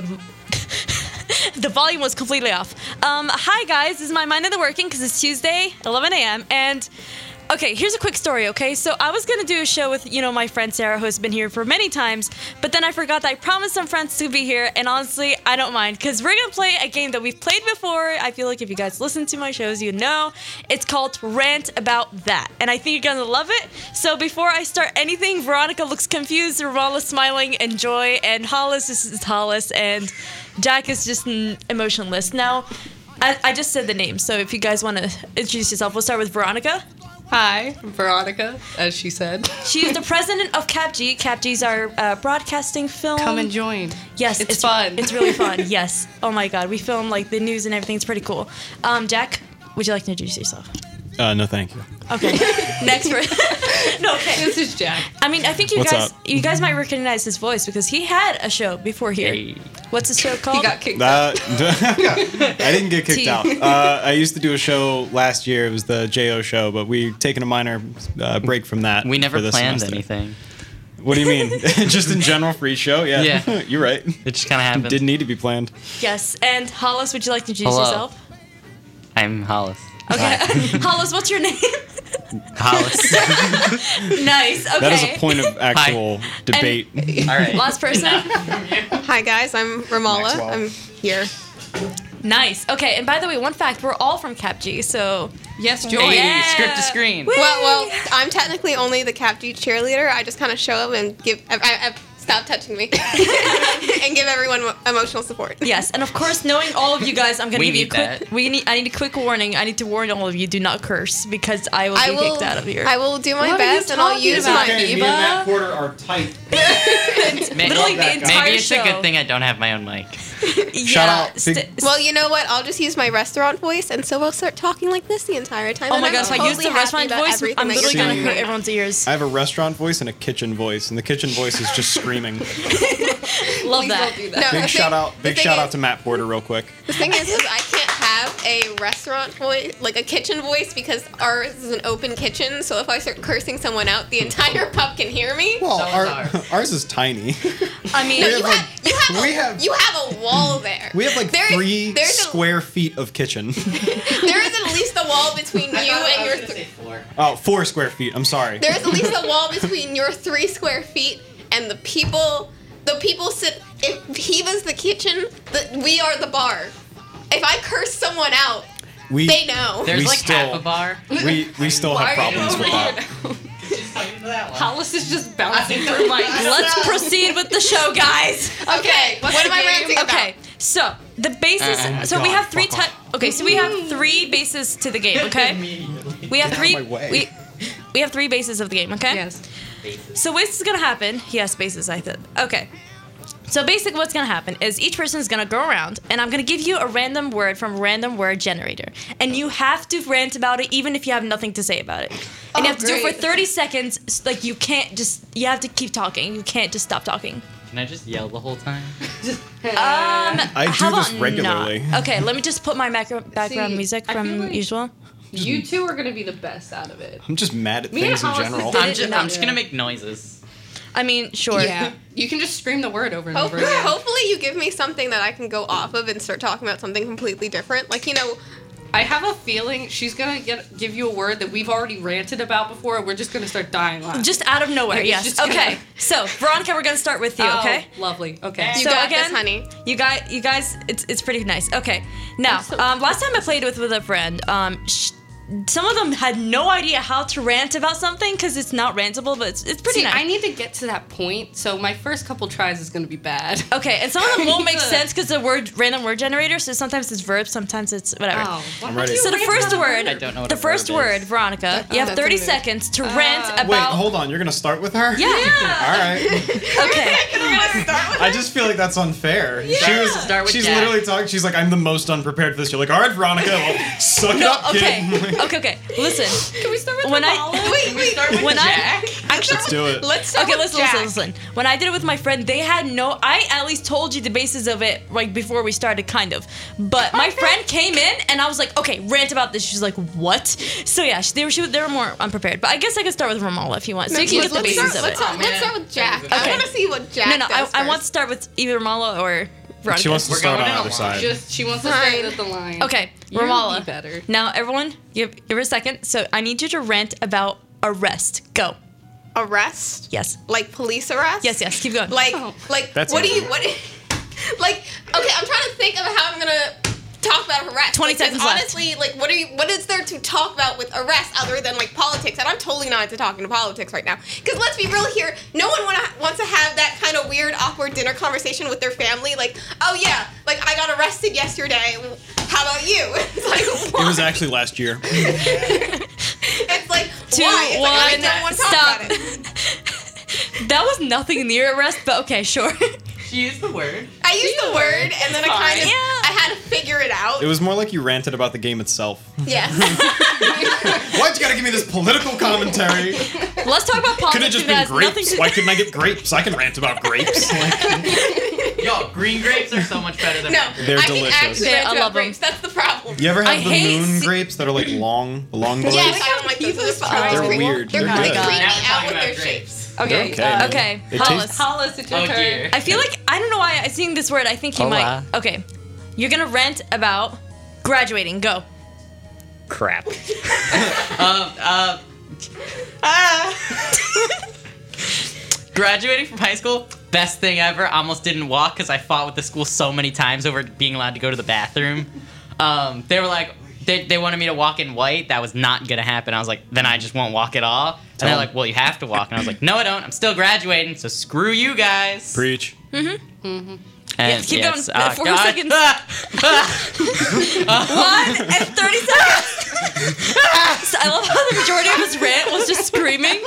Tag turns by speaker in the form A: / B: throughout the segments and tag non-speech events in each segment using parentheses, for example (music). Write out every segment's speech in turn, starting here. A: (laughs) the volume was completely off. Um, hi guys, this is my mind in the working because it's Tuesday, 11 a.m. And okay, here's a quick story. Okay, so I was gonna do a show with you know my friend Sarah, who's been here for many times, but then I forgot that I promised some friends to be here, and honestly, I don't mind because we're gonna play a game that we've played before. I feel like if you guys listen to my shows, you know it's called Rant About That, and I think you're gonna love it. So before I start anything, Veronica looks confused, Ramala smiling, and Joy and Hollis this is Hollis and. Jack is just mm, emotionless. Now, I, I just said the name, so if you guys want to introduce yourself, we'll start with Veronica.
B: Hi, Veronica, as she said.
A: She's the president of CapG. CapG's our uh, broadcasting film.
B: Come and join.
A: yes,
B: it's fun.
A: It's
B: (laughs)
A: really fun. yes. Oh my God, we film like the news and everything. It's pretty cool. Um, Jack, would you like to introduce yourself?
C: Uh, no, thank you.
A: Okay. (laughs) Next person. no. Okay.
B: This is Jack.
A: I mean, I think you
C: What's
A: guys
C: up?
A: you guys might recognize his voice because he had a show before here. What's his show called?
B: He got kicked out.
C: (laughs) Uh, I didn't get kicked
A: Tea.
C: out. Uh, I used to do a show last year. It was the Jo show, but we've taken a minor uh, break from that.
D: We never
C: for this
D: planned
C: semester.
D: anything.
C: What do you
D: (laughs)
C: mean? (laughs) Just in general for each show? Yeah.
D: Yeah.
C: (laughs) You're right.
D: It just kind of happened.
C: Didn't need to be planned.
A: yes. And Hollis, would you like to introduce
D: Hello.
A: yourself?
D: I'm Hollis.
A: Okay. (laughs) Hollis,
B: (laughs)
A: what's your name? (laughs)
D: Hollis.
A: nice. Okay.
C: That is a point of actual debate.
D: All (laughs) right.
A: Last person.
E: Hi guys, I'm Ramala.
C: Maxwell.
E: I'm here.
A: nice. Okay. And by the way, one fact: we're all from CapG, so Oh,
B: Yes,
D: Hey,
B: join.
A: Yeah.
D: script to screen.
A: Woo!
E: Well, well, I'm technically only the Cap G cheerleader. I just kind of show up and give. I, I, I, stop touching
C: (laughs)
E: me and give everyone mo- emotional support.
A: yes. And of course, knowing all of you guys, I'm gonna
D: We
A: give you a
D: need
A: quick.
D: that.
A: We need. I need a quick warning. I need to warn all of you: do not curse because I will be
E: I will.
A: kicked out of here.
E: I will do my
B: What are you
E: best and I'll
B: talking
E: use
B: about?
E: my.
B: Okay, me and Matt
C: Porter are tight.
D: Ma-
A: Literally the entire
D: Maybe it's
A: show.
D: a good thing I don't have my own mic.
A: yeah,
C: Shout out, big-
A: st- oh
E: Well, you know what? I'll just use my restaurant voice, and so we'll start talking like this the entire time.
A: oh
E: and
A: my
E: I'm
A: gosh! If I use
E: totally
A: the
E: happy
A: restaurant
E: about
A: voice,
E: everything
A: I'm
E: that
A: literally
E: you're
A: gonna
E: doing.
A: hurt everyone's ears.
C: I have a restaurant voice and a kitchen voice, and the kitchen voice is just screaming.
A: Love
B: Please
A: that.
B: don't do
E: No, the
B: that.
C: Big
E: thing-
C: shout out,
E: the
C: big
E: thing is-
C: shout out to Matt Porter, real quick.
E: The thing is, is I can't have a restaurant voice, like a kitchen voice, because ours is an open kitchen. So if I start cursing someone out, the entire (laughs) pub can hear me.
C: Well,
D: So is
C: our,
D: ours.
C: ours is tiny.
A: I mean,
E: No,
C: we
E: you
C: have,
E: have, you have,
C: we
E: a,
C: have-
E: you have a wall there.
C: (laughs) We have like
E: There is-
C: three
E: there's a-
C: square feet of kitchen.
E: there is at least a wall between you and your. Th-
C: Oh, four square feet. I'm sorry.
E: there is at least a wall between your three square feet and the people. The people sit. If he was the kitchen, the, we are the bar. If I curse someone out,
C: we
E: they know.
D: There's
C: We
D: like half
C: still-
D: a bar.
C: we we still have
E: Why are you
C: problems with that.
B: Hollis is just (laughs) bouncing through mics.
A: let's proceed with the show, guys.
E: Okay, what am I ranting about?
A: Okay, so the basis.
D: Uh,
A: so we
C: God,
A: have three.
C: fuck
A: T- okay, so we have three bases to the game.
C: (laughs)
A: Okay, we have three.
C: my way.
A: We, we have three bases of the game. Okay.
B: Yes.
A: So what's gonna happen? Yes, bases. I said. Okay. So basically, what's gonna happen is each person is gonna go around, and I'm gonna give you a random word from random word generator, and you have to rant about it, even if you have nothing to say about it. And you
E: Oh,
A: have to do it for
E: great.
A: 30 seconds. s- Like you can't just. You have to keep talking. You can't just stop talking.
D: Can I just yell the whole time?
B: uh,
A: Um,
C: I do
A: how
C: this
A: about
C: regularly.
A: Not? Okay, let me just put my macro- background
B: See,
A: music
B: I
A: from
B: feel like-
A: usual.
B: You two are gonna be the best out of it.
C: I'm just mad at
B: Me and
C: things in
B: Hollis is
C: general.
B: Did
D: I'm
B: it
D: just,
B: not-
D: I'm just gonna make noises.
A: I mean, sure.
B: You can just scream the word over and over
E: Hopefully,
B: again.
E: Oh, hopefully you give me something that I can go off of and start talking about something completely different. Like you know,
B: I have a feeling she's gonna get, give you a word that we've already ranted about before, and we're just gonna start dying laughing.
A: (laughs) Just out of nowhere,
B: It's
A: yes.
B: just gonna-
A: Okay, so Veronica, we're gonna start with you,
B: Oh,
A: okay?
B: Lovely. Okay.
E: you
A: So
E: got
A: again-
E: this,
A: (laughs)
E: honey.
A: You guys, you guys, it's it's pretty nice. Okay, now
B: I'm so-
A: um, last time I played with with a friend, um, sh- some of them had no idea how to rant about something because it's not rantable, but it's it's pretty
B: See,
A: nice.
B: I need to get to that point, so my first couple tries is gonna be bad.
A: okay, and some of them won't make
B: Good.
A: sense because the word random word generator. So sometimes it's verbs, sometimes it's whatever.
B: I'm
C: ready.
A: So the first word,
D: I don't know what
A: the
D: a verb
A: first
D: is.
A: word, Veronica. You have
E: that's a
A: 30
E: verb.
A: seconds to rant about.
C: Wait, hold on. You're gonna start with her?
A: Yeah.
C: (laughs) All right.
A: (laughs) Okay.
C: I just feel like that's unfair. She was.
D: Start with
C: she's
D: Jack.
C: literally talking. She's like, I'm the most unprepared for this. You're like, all right,
D: (laughs)
C: Veronica, well, suck it up,
A: okay.
C: kid. (laughs)
A: Okay. Okay. Listen.
B: Can we start with
A: When
B: the
A: I-
B: ball?
E: Wait, wait.
A: When I
C: Let's do it.
E: Let's
A: okay, listen, listen, listen. When I did it with my friend, they had no. I at least told you the basis of it like before we started, kind of. But my friend came in and I was like, okay, rant about this. She's like, what? So yeah, she, they were she, they were more unprepared. But I guess I could start with Ramallah if you want, so you can
B: please,
A: get the
B: let's
A: basis
E: start,
A: of
E: let's,
A: it.
E: start, let's start with Jack. I
A: Okay.
E: want to see what Jack
A: No, no, I,
E: does
A: I want to
E: first.
A: start with either Ramallah or Veronica.
C: She wants to
D: We're
C: start on
D: going out.
C: either side.
B: Just she wants to
E: Fine.
B: stand at the line.
A: Okay,
B: You'll be
A: Ramala.
B: better.
A: Now, everyone, give, give her a second. So I need you to rant about arrest. Go.
E: Arrest?
A: Yes.
E: Like police arrest?
A: Yes, yes. Keep going.
E: Like,
B: Oh.
E: like,
C: That's
E: what do
C: easy.
E: you, (laughs) what, like, okay, I'm trying to think of how I'm gonna talk about arrest.
A: 20
E: Like, 'cause
A: seconds left.
E: Honestly, like, what are you, what is there to talk about with arrest other than like politics? And I'm totally not into talking to politics right now. Because let's be real here, no one wanna, wants to have that kind of weird, awkward dinner conversation with their family. Like, oh yeah, like I got arrested yesterday. How about you? (laughs) It's like,
C: It was
E: why?
C: actually last year.
E: It's like,
A: Two,
E: why? It's like, I
A: one,
E: don't want to talk about
A: stop.
E: it.
A: (laughs) that was nothing near arrest, but okay, sure. (laughs)
D: She used the word.
E: I used the word, and then I
D: Fine.
E: kind of,
A: Yeah.
E: I had to figure it out.
C: It was more like you ranted about the game itself. (laughs)
E: yes.
C: Why'd you gotta give me this political commentary?
A: Let's talk about politics.
C: Could have just
A: It
C: been
A: has nothing
C: grapes.
A: to-
C: Why couldn't I get grapes? I can rant
A: (laughs)
C: about grapes. Like,
D: Yo, green grapes are so much better than
E: No,
D: red
C: They're
E: I
C: delicious.
E: can actually
A: Yeah,
E: rant
A: I
E: about
A: love 'em.
E: grapes. That's the problem.
C: you ever
A: I
C: had the
A: hate
C: moon
A: se-
C: grapes that are like long, the long boys?
E: Yes, I don't like those. Those are
A: Christ.
E: fine.
C: They're weird.
E: They're
C: They're
E: really
A: good.
D: grapes.
E: creepy
D: Now we're
E: out
D: talking
E: with
D: about
E: their shapes.
D: grapes.
A: (laughs) Okay.
C: okay, man.
A: okay.
C: It
A: Hollis.
C: tastes-
B: Hollis, it's your
D: Oh
B: turn.
D: dear.
A: I feel like I don't know why I seeing this word. I think you
D: Hola.
A: might. Okay, you're gonna rant about graduating. Go.
D: Crap. um, uh, (laughs) graduating from high school, best thing ever. I almost didn't walk because I fought with the school so many times over being allowed to go to the bathroom. Um, they were like, they, they wanted me to walk in white. That was not going to happen. I was like, then I just won't walk at all. And they're
C: Tell 'em.
D: like, well, you have to walk. And I was like, no, I don't. I'm still graduating, so screw you guys.
C: Preach.
D: and
A: Yes, keep
D: yes,
A: going.
D: ah,
A: Four
D: God. (laughs)
A: seconds. (laughs)
D: Ah, ah.
A: One (laughs) and thirty seconds. (laughs) So I love how the majority of his rant was just screaming.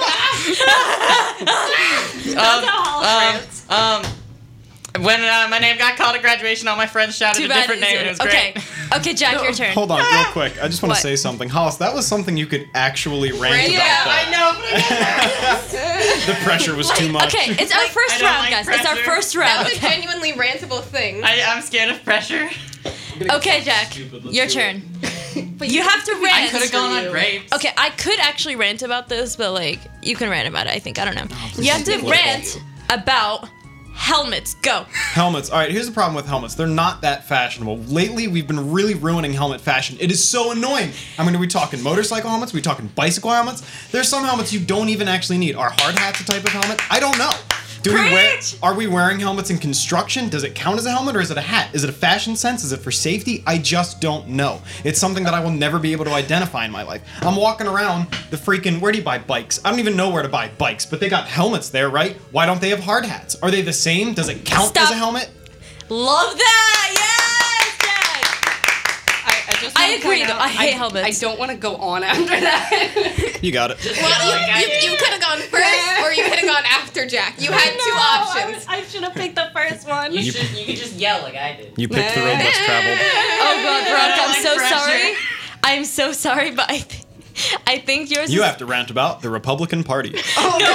D: um, um, um, when uh, my name got called at graduation, all my friends shouted
A: Too
D: a
A: bad.
D: different name, and it was
A: okay.
D: great.
A: Okay, Jack,
C: (laughs)
A: your turn.
C: Hold on,
A: (laughs)
C: real quick. I just want
A: What?
C: to say something, Hollis. That was something you could actually rant
E: Rant-
C: about.
E: yeah,
C: though.
D: know, but I
E: (laughs)
C: (laughs) The pressure was too much.
A: Okay, it's our
D: I
A: first
D: don't
A: round,
D: like
A: guys. It's our
D: pressure.
A: first
E: That
A: round.
E: was a genuinely rantable thing.
D: I, I'm scared of pressure.
A: Okay, Jack,
C: Stupid, let's
A: your
C: do
A: turn. But you have to
D: I
A: rant.
D: could have gone
B: you.
D: on grapes.
A: Okay, I could actually rant about this, but like you can rant about it. I think I don't know.
C: please
A: you have to
C: don't.
A: rant about helmets. Go.
C: Helmets. All right, here's the problem with helmets. They're not that fashionable. Lately, we've been really ruining helmet fashion. It is so annoying. I mean, are we talking motorcycle helmets? Are we talking bicycle helmets? There's some helmets you don't even actually need. Are hard hats a type of helmet? I don't know. Do we wear?
A: Preach!
C: Are we wearing helmets in construction? Does it count as a helmet or is it a hat? Is it a fashion sense? Is it for safety? I just don't know. It's something that I will never be able to identify in my life. I'm walking around the freaking where do you buy bikes? I don't even know where to buy bikes, but they got helmets there, right? Why don't they have hard hats? Are they the same? Does it count as
A: Stop.
C: a helmet?
A: Love that. Yes, Jack.
B: I, I just
A: I
B: wanna
A: agree,
B: point
A: though.
B: out,
A: I hate helmets.
B: I don't want to go on after that.
C: You got it.
E: well, you, you, you could have gone first, or you could have gone after Jack. You had two options.
A: I should have picked (laughs) the first one.
C: You-
D: should, you could just yell like I did.
C: You picked the road less traveled.
A: Oh god, Veronica, I'm
D: like
A: so
D: pressure.
A: sorry. I'm so sorry, but I, th- I think yours.
C: (laughs) You
A: is-
C: have to rant about the Republican Party.
A: this one. You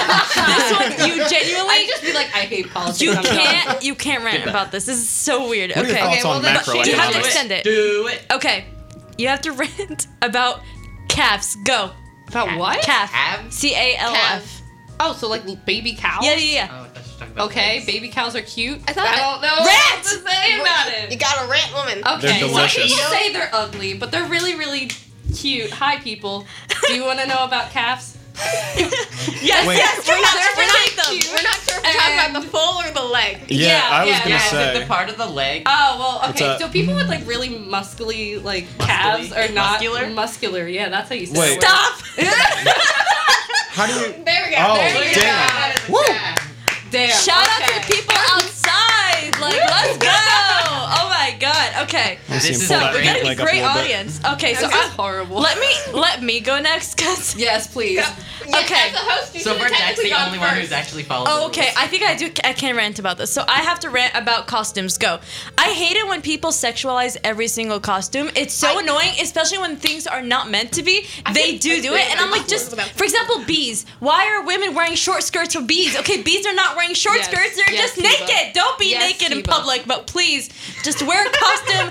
B: I
A: genuinely.
B: just be like, I hate politics.
A: You
B: I'm done.
A: can't. You can't rant about this. This is so weird.
C: What are your
A: okay.
C: thoughts
B: well,
C: on
B: then-
C: macroeconomics?
A: You have to extend it.
D: Do it.
A: Okay. You have to (laughs) rant about calves. Go.
B: About what?
A: Calf.
D: Calves?
A: C A L F.
E: Calf.
B: Oh, so like baby cows?
A: Yeah, yeah, yeah.
D: Oh, I thought you were talking about
B: Okay,
D: grapes.
B: baby cows are cute.
E: I thought-
B: I don't know what
A: Rant!
B: to say about it.
E: You got a rant woman.
B: Okay,
C: They're
B: some
C: delicious.
B: people say they're ugly, but they're really, really cute. Hi, people. Do you want to know about calves?
A: (laughs) Yes,
C: Wait.
A: yes,
E: We're
A: we're
E: not,
A: not,
E: sure, we're,
A: we
E: not, we're not sure if we're talking about the full or the leg.
C: Yeah,
A: Yeah,
C: I was
B: yeah,
C: gonna
B: yeah.
D: Is
C: say.
D: it the part of the leg?
A: uh,
B: Oh well, okay.
C: that?
B: So people with like really muscly like calves
D: Muscly?
B: are not
D: Muscular?
B: Muscular, yeah, that's how you say
C: Wait.
B: it.
A: Stop.
C: How do you?
E: There we go.
C: Oh,
E: there we
C: damn.
E: go.
C: Woo!
B: Damn.
A: (laughs) Shout
B: okay.
A: out to the people outside. Like, let's go. Oh my god. Okay.
C: Let me see
D: This is
C: him pull
D: a
A: So
C: that
A: we got
C: pant
A: a
C: leg up
A: great
C: little bit.
A: audience. Okay, so
B: This is
A: I,
B: horrible.
A: let me let me go next, cause
B: Yes, please.
E: Yeah,
A: Okay.
E: As a host, you
D: So
E: should
D: we're
E: have
D: Jack's
E: technically
D: the
E: gone
D: only one
E: first.
D: who's actually following.
A: Oh, okay. I think I do. I can rant about this. So I have to rant about costumes. Go. I hate it when people sexualize every single costume. It's so
E: I-
A: annoying, especially when things are not meant to be. they
E: think
A: do
E: I
A: do
E: agree
A: it, and I'm like,
E: with
A: just
E: that.
A: for example, bees. Why are women wearing short skirts for bees? Okay, bees are not wearing short
B: Yes.
A: skirts. They're
B: Yes,
A: just
B: Kiba.
A: naked. Don't be
B: Yes,
A: naked in
B: Kiba.
A: public, but please just wear a costume costume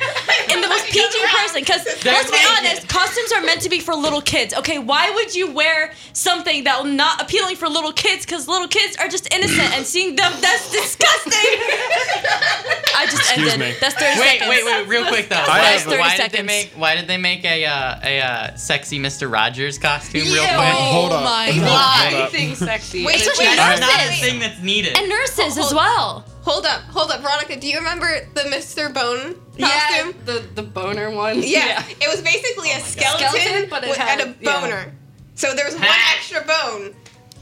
A: in the most PG person. Because let's be honest, costumes are meant to be for little kids. Okay, why would you wear something that will not appealing for little kids? Because little kids are just innocent, and seeing them that's disgusting. I just
C: Excuse
A: ended.
C: me.
A: That's thirty (laughs)
D: Wait,
A: seconds.
D: wait, wait, real quick though.
A: I
D: Why,
A: have- Thirty
D: why did they
A: seconds.
D: make Why did they make a uh, a uh, sexy Mr. Rogers costume? Real
A: Yeah.
D: quick.
A: Oh
C: Hold up.
A: my
C: Hold up,
A: God.
C: hold up.
B: Anything sexy.
E: Wait,
B: It's
E: wait,
B: just-
D: That's not a
E: Nurses.
D: thing that's needed.
A: And nurses as well.
E: Hold up, hold up, Veronica. Do you remember the Mr. Bone
B: Yeah,
E: costume?
B: the the boner one.
E: Yeah. It was
D: Oh
E: basically a skeleton,
B: Skeleton, but it
E: with,
B: had-
E: and a
B: yeah.
E: boner. So there was one
D: Ha.
E: extra bone.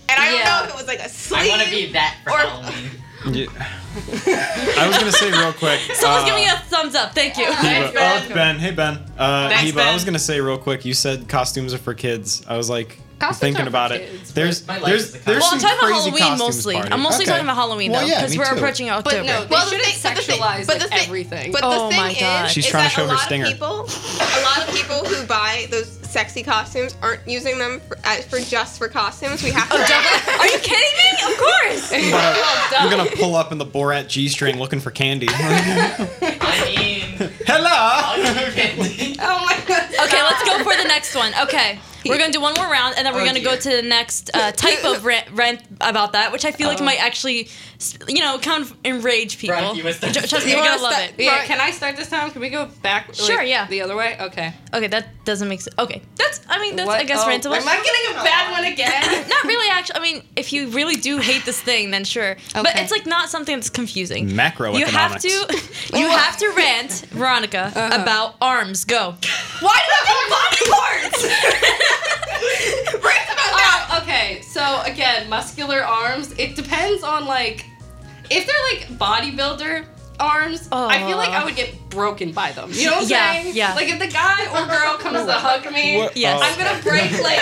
E: And I don't
B: Yeah.
E: know if it was like a sleeve.
D: I want to be that for
E: or-
D: Halloween.
C: Yeah. I was gonna say real quick.
A: (laughs) Someone's
C: uh,
A: giving me a thumbs up. Thank you.
B: Ben.
C: Heba. Oh, it's Ben. Hey, Ben. Uh,
D: Thanks,
C: Heba, I
D: Ben.
C: was gonna say real quick. You said costumes are for kids. I was like
B: Costumes are
C: thinking
B: for
C: about
B: kids,
C: it. There's,
D: but my life
C: there's,
D: is a
C: there's
A: Well, I'm
C: some
A: talking about
C: crazy
A: Halloween
C: costumes
A: mostly.
C: party.
A: I'm mostly
C: Okay.
A: talking about Halloween
C: Well,
A: though,
C: yeah,
A: because
C: me
A: we're
C: too.
A: approaching October.
B: But no,
E: Well,
B: they
E: the
B: shouldn't
E: thing- but the thing-
B: sexualize
E: but
B: like,
E: the thing-
B: everything.
E: But the
A: Oh
E: thing
A: my God.
E: is,
C: She's
E: is
C: trying
E: that
C: to show
E: a
C: her
E: lot
C: stinger.
E: of people, a lot of people who buy those sexy costumes aren't using them for, uh, for just for costumes. We
B: Oh,
E: have to. (laughs)
A: Are you kidding me?
B: (laughs)
A: Of course. (laughs)
C: But
B: Well
C: I'm
B: done.
C: gonna pull up in the Borat G string looking for candy. (laughs)
D: I mean,
C: Hello.
D: I'll get-
E: oh my god.
A: Okay, let's go for the next one. Okay. We're gonna do one more round, and then we're
D: Oh,
A: gonna go
D: dear.
A: to the next uh, type of rant, rant about that, which I feel
D: Oh.
A: like might actually, you know, kind of enrage people.
D: Right, you must-
A: Tr- Trust me,
E: You
A: you're
E: wanna
A: gonna love
E: sta-
A: it.
B: yeah,
E: Right.
B: can I start this time? Can we go back? like,
A: Sure, yeah.
B: The other way? Okay.
A: Okay, that doesn't make sense. Okay, that's. I mean, that's.
B: What?
A: I guess
B: Oh,
A: rantable.
B: Am I getting a bad one again?
A: Not really. Actually, I mean, if you really do hate this thing, then sure. But
B: Okay.
A: it's like not something that's confusing.
C: Macroeconomics.
A: You have to. You have to rant, Veronica,
B: Uh-huh.
A: about
B: (laughs)
A: arms. Go.
E: (laughs) Why do I have body parts? Rant about that.
B: Uh, okay, so again, muscular arms. It depends on like if they're like bodybuilder arms. I feel like I would get broken by them. You know what I'm
A: Yeah,
B: saying?
A: yeah.
B: Like if the guy or girl comes to hug me,
C: (laughs) What-
A: Yes.
B: I'm gonna break like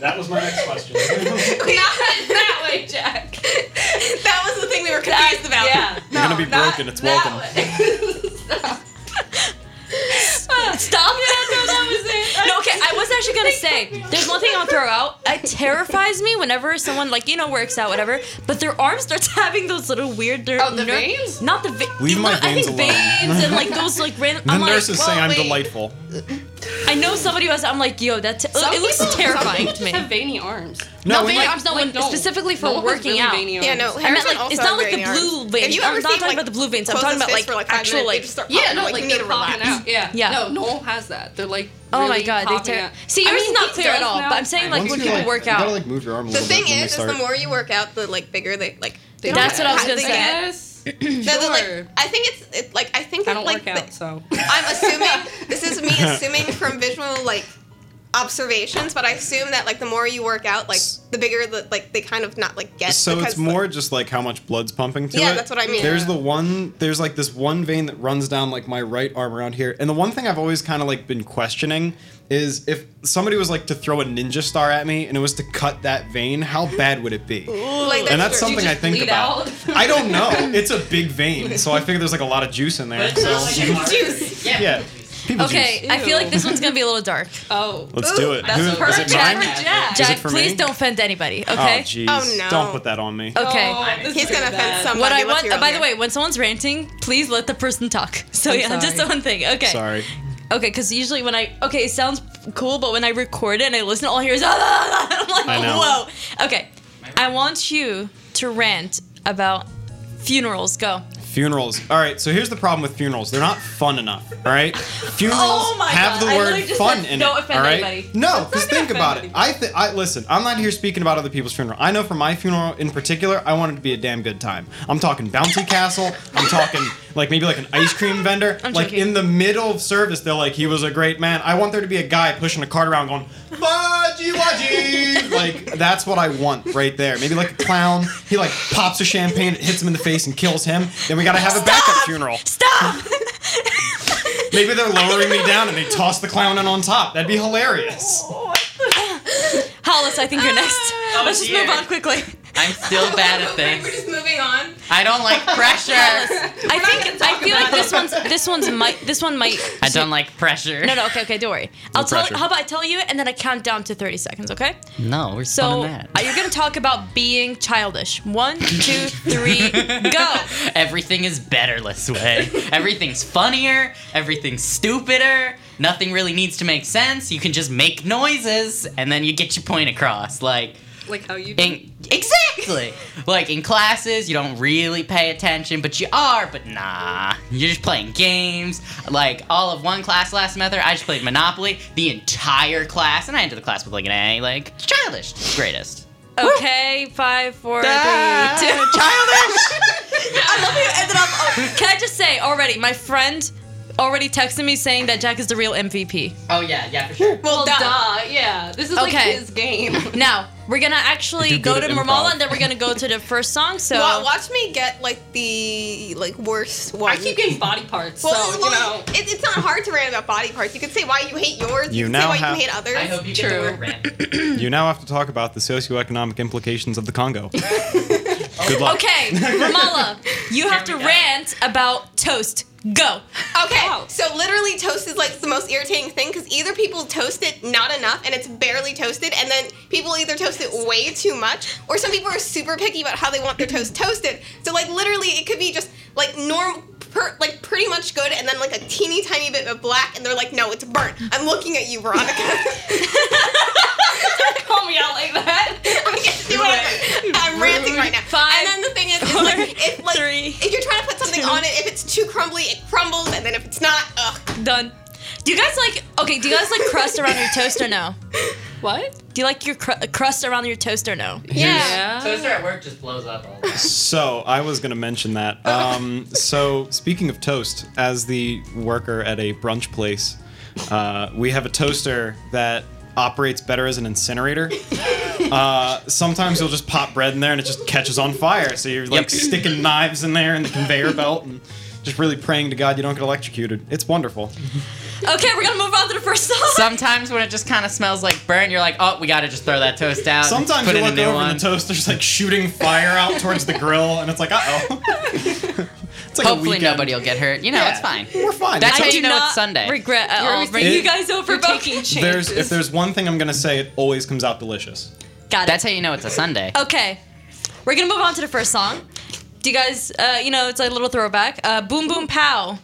C: That was my next question.
B: not that way, Jack.
E: (laughs) that was the thing we were confused about.
B: Yeah.
C: You're gonna be
B: not
C: broken. It's
B: that
C: welcome.
B: way. Stop. (laughs)
A: Stop.
B: No, that was it.
A: No, okay, I was actually gonna say, there's one thing I'll throw out. It terrifies me whenever someone like you know works out, whatever, but their arm starts (laughs) having those little weird ner-
B: Oh, the
A: ner-
B: veins?
A: Not the veins.
C: Leave my veins
A: I think
C: alone.
A: veins and like those like random.
C: The
A: I'm
C: nurses
A: like,
C: say I'm
E: wait.
C: delightful.
A: I know somebody was. I'm like, yo, that te-
B: Some
A: it looks
B: people-
A: terrifying
B: some people
A: to me.
B: just have veiny arms.
A: No,
C: when,
A: veiny
C: like-
A: arms, no, when,
B: no.
A: specifically for
B: No one has
A: working
B: really
A: out.
B: veiny
E: Yeah,
B: arms.
E: no.
A: I meant
E: Harrison
A: like
E: also
A: it's not like
E: had
A: the
E: veiny
A: blue
E: arms.
A: veins.
E: If you
A: I'm
E: ever
A: not
E: seen,
A: talking
E: like,
A: about the blue veins. I'm
E: close
A: talking
E: his
A: about
E: fist
A: like
E: for, like, five minutes,
A: actual
E: they
A: like.
E: just start
B: Yeah,
E: popping,
B: no,
E: like,
B: like
E: you
B: they're
E: need to
B: popping
E: relax.
B: out. Yeah.
A: Yeah.
B: No, Noel has that. They're like.
A: Oh my
B: really
A: god, they
B: popping
A: tear.
B: out.
A: See, yours
B: I mean,
A: is not
B: he
A: clear at
B: does
A: all.
B: now.
A: But I'm saying like
C: Once
A: when
C: you,
A: people
C: like-
A: work
C: you
A: out.
C: gotta like move your arm a
E: The
C: little
E: thing
C: bit when you
E: is, is
C: start.
E: the more you work out, the like bigger they like. They
A: That's
E: don't
A: what I was
E: have
A: gonna
E: to
A: say.
E: get-
B: Yes.
E: No, the,
B: Sure.
E: like, I think it's it, like I think
B: I
E: it,
B: don't
E: like
B: work out,
E: the-
B: so.
A: (laughs)
E: I'm assuming this is me assuming from visual like observations, but I assume that like the more you work out, like the bigger the like they kind of not like get.
C: so
E: because,
C: it's more just like how much blood's pumping to it.
E: Yeah, that's what I mean.
C: There's the one. There's like this one vein that runs down like my right arm around here, and the one thing I've always kind of like been questioning is if somebody was like to throw a ninja star at me and it was to cut that vein, how bad would it be?
E: Like, like,
C: and that's
E: true.
C: something I
B: just
C: think
B: bleed
C: about.
B: out?
C: I
E: (laughs)
C: don't know. It's a big vein, so I figure there's like a lot of juice in there.
D: But it's not
C: So
D: like an artery.
E: Juice.
D: Yeah.
C: yeah, people
A: Okay,
C: juice.
A: I feel
B: Ew.
A: like this one's gonna be a little dark.
B: Oh.
C: Let's do it.
B: That's
C: Who- is
B: perfect
C: it mine?
B: for Jack.
C: Is it
A: Jack,
C: for
A: please
C: me?
A: don't offend anybody.
C: Oh
A: Okay.
C: jeez.
E: Oh, no.
C: Don't put that on me.
A: okay.
B: Oh, this
E: He's
B: is
E: gonna
B: bad.
E: offend somebody.
A: What I
E: Let's
A: want, uh,
E: hear it
A: by the
E: here.
A: way, when someone's ranting, please let the person talk. (laughs) So
B: I'm
A: yeah, just the
B: sorry.
A: one thing. Okay.
C: Sorry.
A: Okay, because usually when I okay, it sounds cool, but when I record it and I listen, all I hear is (laughs) ah, ah, ah, I'm like,
C: I know.
A: whoa. Okay, I want you to rant about funerals. Go.
C: Funerals. All right, so here's the problem with funerals. They're not fun enough,
A: (laughs)
C: all right? Funerals
A: Oh my
C: have
A: God,
C: the
A: I
C: word
A: literally just
C: fun
A: said
C: in
A: don't
C: it.
A: offend
C: all right?
A: anybody.
C: No, because
B: gonna offend
C: think about it.
B: anybody.
C: I th- I listen, I'm not here speaking about other people's funeral. I know for my funeral in particular, I wanted to be a damn good time. I'm talking bouncy castle. I'm talking like maybe like an ice cream vendor.
A: I'm
C: like
A: joking.
C: in the middle of service, they're like, he was a great man. I want there to be a guy pushing a cart around going, Fudgy Wudgy! like, that's what I want right there. Maybe like a clown. He like pops a champagne, it hits him in the face and kills him. Then we gotta have a backup funeral.
A: Stop.
C: Maybe they're lowering me down and they toss the clown in on top. That'd be hilarious.
A: Hollis, I think you're next.
B: Ah.
D: Oh,
A: (laughs) Let's just
D: dear.
A: move on quickly.
D: I'm still bad at
E: (laughs) We're
D: things.
E: just moving on.
D: I don't like pressure.
A: I think I feel like this this one's this one's might this one might.
D: I don't like pressure.
A: No, no, okay, okay, don't worry. I'll tell.
F: pressure.
A: How about I tell you, and then I count down to thirty seconds, okay?
D: No, we're
A: So
D: so that.
A: uh, you're gonna talk about being childish. One, two, three,
D: (laughs)
A: go.
D: Everything is better this way. Everything's funnier. Everything's stupider. Nothing really needs to make sense. You can just make noises, and then you get your point across. Like.
B: Like how you do.
D: In, exactly. like in classes, you don't really pay attention, but you are. But nah, you're just playing games. Like all of one class last semester, I just played Monopoly the entire class, and I ended the class with like an A. Like childish, greatest.
A: Okay, five, four, three, two.
D: (laughs)
E: I love how you ended up.
A: Can I just say already, my friend already texted me saying that Jack is the real MVP.
D: Oh yeah, yeah for sure.
E: well,
B: Well,
E: duh.
B: duh. Yeah. This is
A: Okay.
B: like his game.
A: Now, we're gonna actually
F: You do
A: go
F: good
A: to
F: at
A: Marmala
F: improv.
A: and then we're gonna go to the first song. So
E: Wa- watch me get like the like worst one.
B: I keep getting body parts,
E: Well,
B: so you
E: well,
B: know.
E: it- it's not hard to rant about body parts. You can say why you hate yours.
C: You
E: You, can
C: now
E: say why
C: have-
E: you hate others.
D: I hope you get
B: True.
D: the word (laughs) random.
C: You now have to talk about the socioeconomic implications of the Congo. Good luck.
A: Okay, Marmala, you have to
D: we go.
A: rant about toast. Go.
E: Okay,
B: Wow.
E: so literally toast is like the most irritating thing because either people toast it not enough and it's barely toasted, and then people either toast it way too much, or some people are super picky about how they want their toast toasted. So like literally, it could be just like norm, per, like pretty much good, and then like a teeny tiny bit of black, and they're like, no, it's burnt. I'm looking at you, Veronica.
B: Call me out like that.
E: I'm gonna do it. (laughs) I'm ranting right now.
A: Five,
E: and then the thing is, is like, if like
A: three,
E: if you're trying to put something
A: two.
E: on it, if it's too crumbly, it crumbles, and then if it's not, ugh.
A: Done. Do you guys like okay? Do you guys like crust around your toast or no?
B: What?
A: Do you like your cr- crust around your toast or no?
D: Toaster at work just blows up all the time.
C: So I was gonna mention that. Um, so speaking of toast, as the worker at a brunch place, uh, we have a toaster that operates better as an incinerator. Uh, sometimes you'll just pop bread in there and it just catches on fire. So you're like
D: Yep.
C: sticking knives in there and the conveyor belt and just really praying to God you don't get electrocuted. It's wonderful.
A: Okay, we're gonna move on to the first song.
D: Sometimes when it just kind of smells like burn, you're like, oh, we gotta just throw that toast out. and
C: Sometimes
D: put
C: you
D: in a
C: look
D: new
C: over
D: one.
C: and the toaster's like shooting fire out towards the grill and it's like, uh oh. (laughs) it's like
D: Hopefully
C: a weekend.
D: nobody will get hurt. You know, it's fine.
C: We're fine.
D: That's
C: It's
D: how
A: I
D: you
A: do
D: know it's
A: not
D: Sunday.
A: regret at all.
B: always
A: Bringing
C: taking-
A: you guys over
B: You're
A: both.
B: taking chances.
C: There's if there's one thing I'm gonna say, it always comes out delicious.
A: Got it.
D: That's how you know it's a Sunday.
A: Okay, we're gonna move on to the first song. Do you guys, uh, you know, it's like a little throwback. Uh, Boom Boom Pow,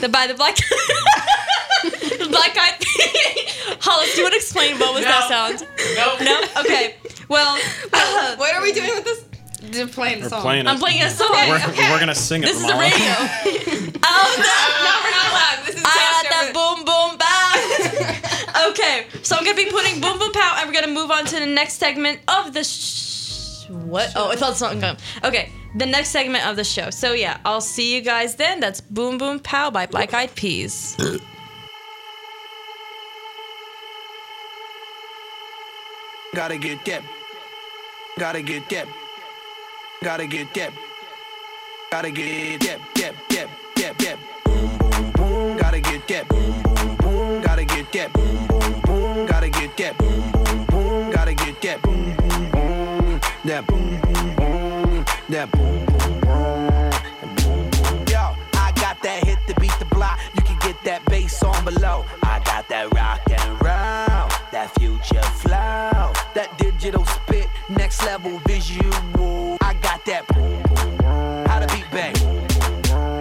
A: the by the Black, (laughs) the Black Eyed Peas. Hollis, do you want to explain what was that
D: No.
A: sound?
D: Nope.
A: No. Okay. Well, uh,
E: What are we doing with this?
A: (laughs)
B: They're playing the
C: We're
B: song.
C: playing it.
A: I'm playing a song.
C: We're,
E: okay.
C: we're gonna sing it.
A: This is the
D: (laughs)
C: Ramala.
A: radio. oh no!
E: No, we're not allowed. This is
A: I had
E: toaster.
A: that boom boom
E: (laughs)
A: bow. okay, so I'm gonna be putting boom boom pow, and we're gonna move on to the next segment of the sh- what? Oh, I thought something going. Okay, the next segment of the show. So yeah, I'll see you guys then. That's boom boom pow by Black Eyed Peas.
G: Gotta get that. Gotta get that. Gotta get that. Gotta get that. That. That. That. That. Boom. Boom. Boom. Gotta get that. Boom. Boom. Boom. Gotta get that. Boom. Boom. Boom. Gotta get that. Boom. Boom. Boom. Gotta get that. Boom. Boom. Boom. That. Boom. Boom. Boom. That. Boom. Boom. Boom. Boom. Boom. Yo, I got that hit to beat the block. You can get that bass on below. I got that rock and roll, that future flow, that digital spit, next level visual. I got that boom, boom, boom. how to beat bang.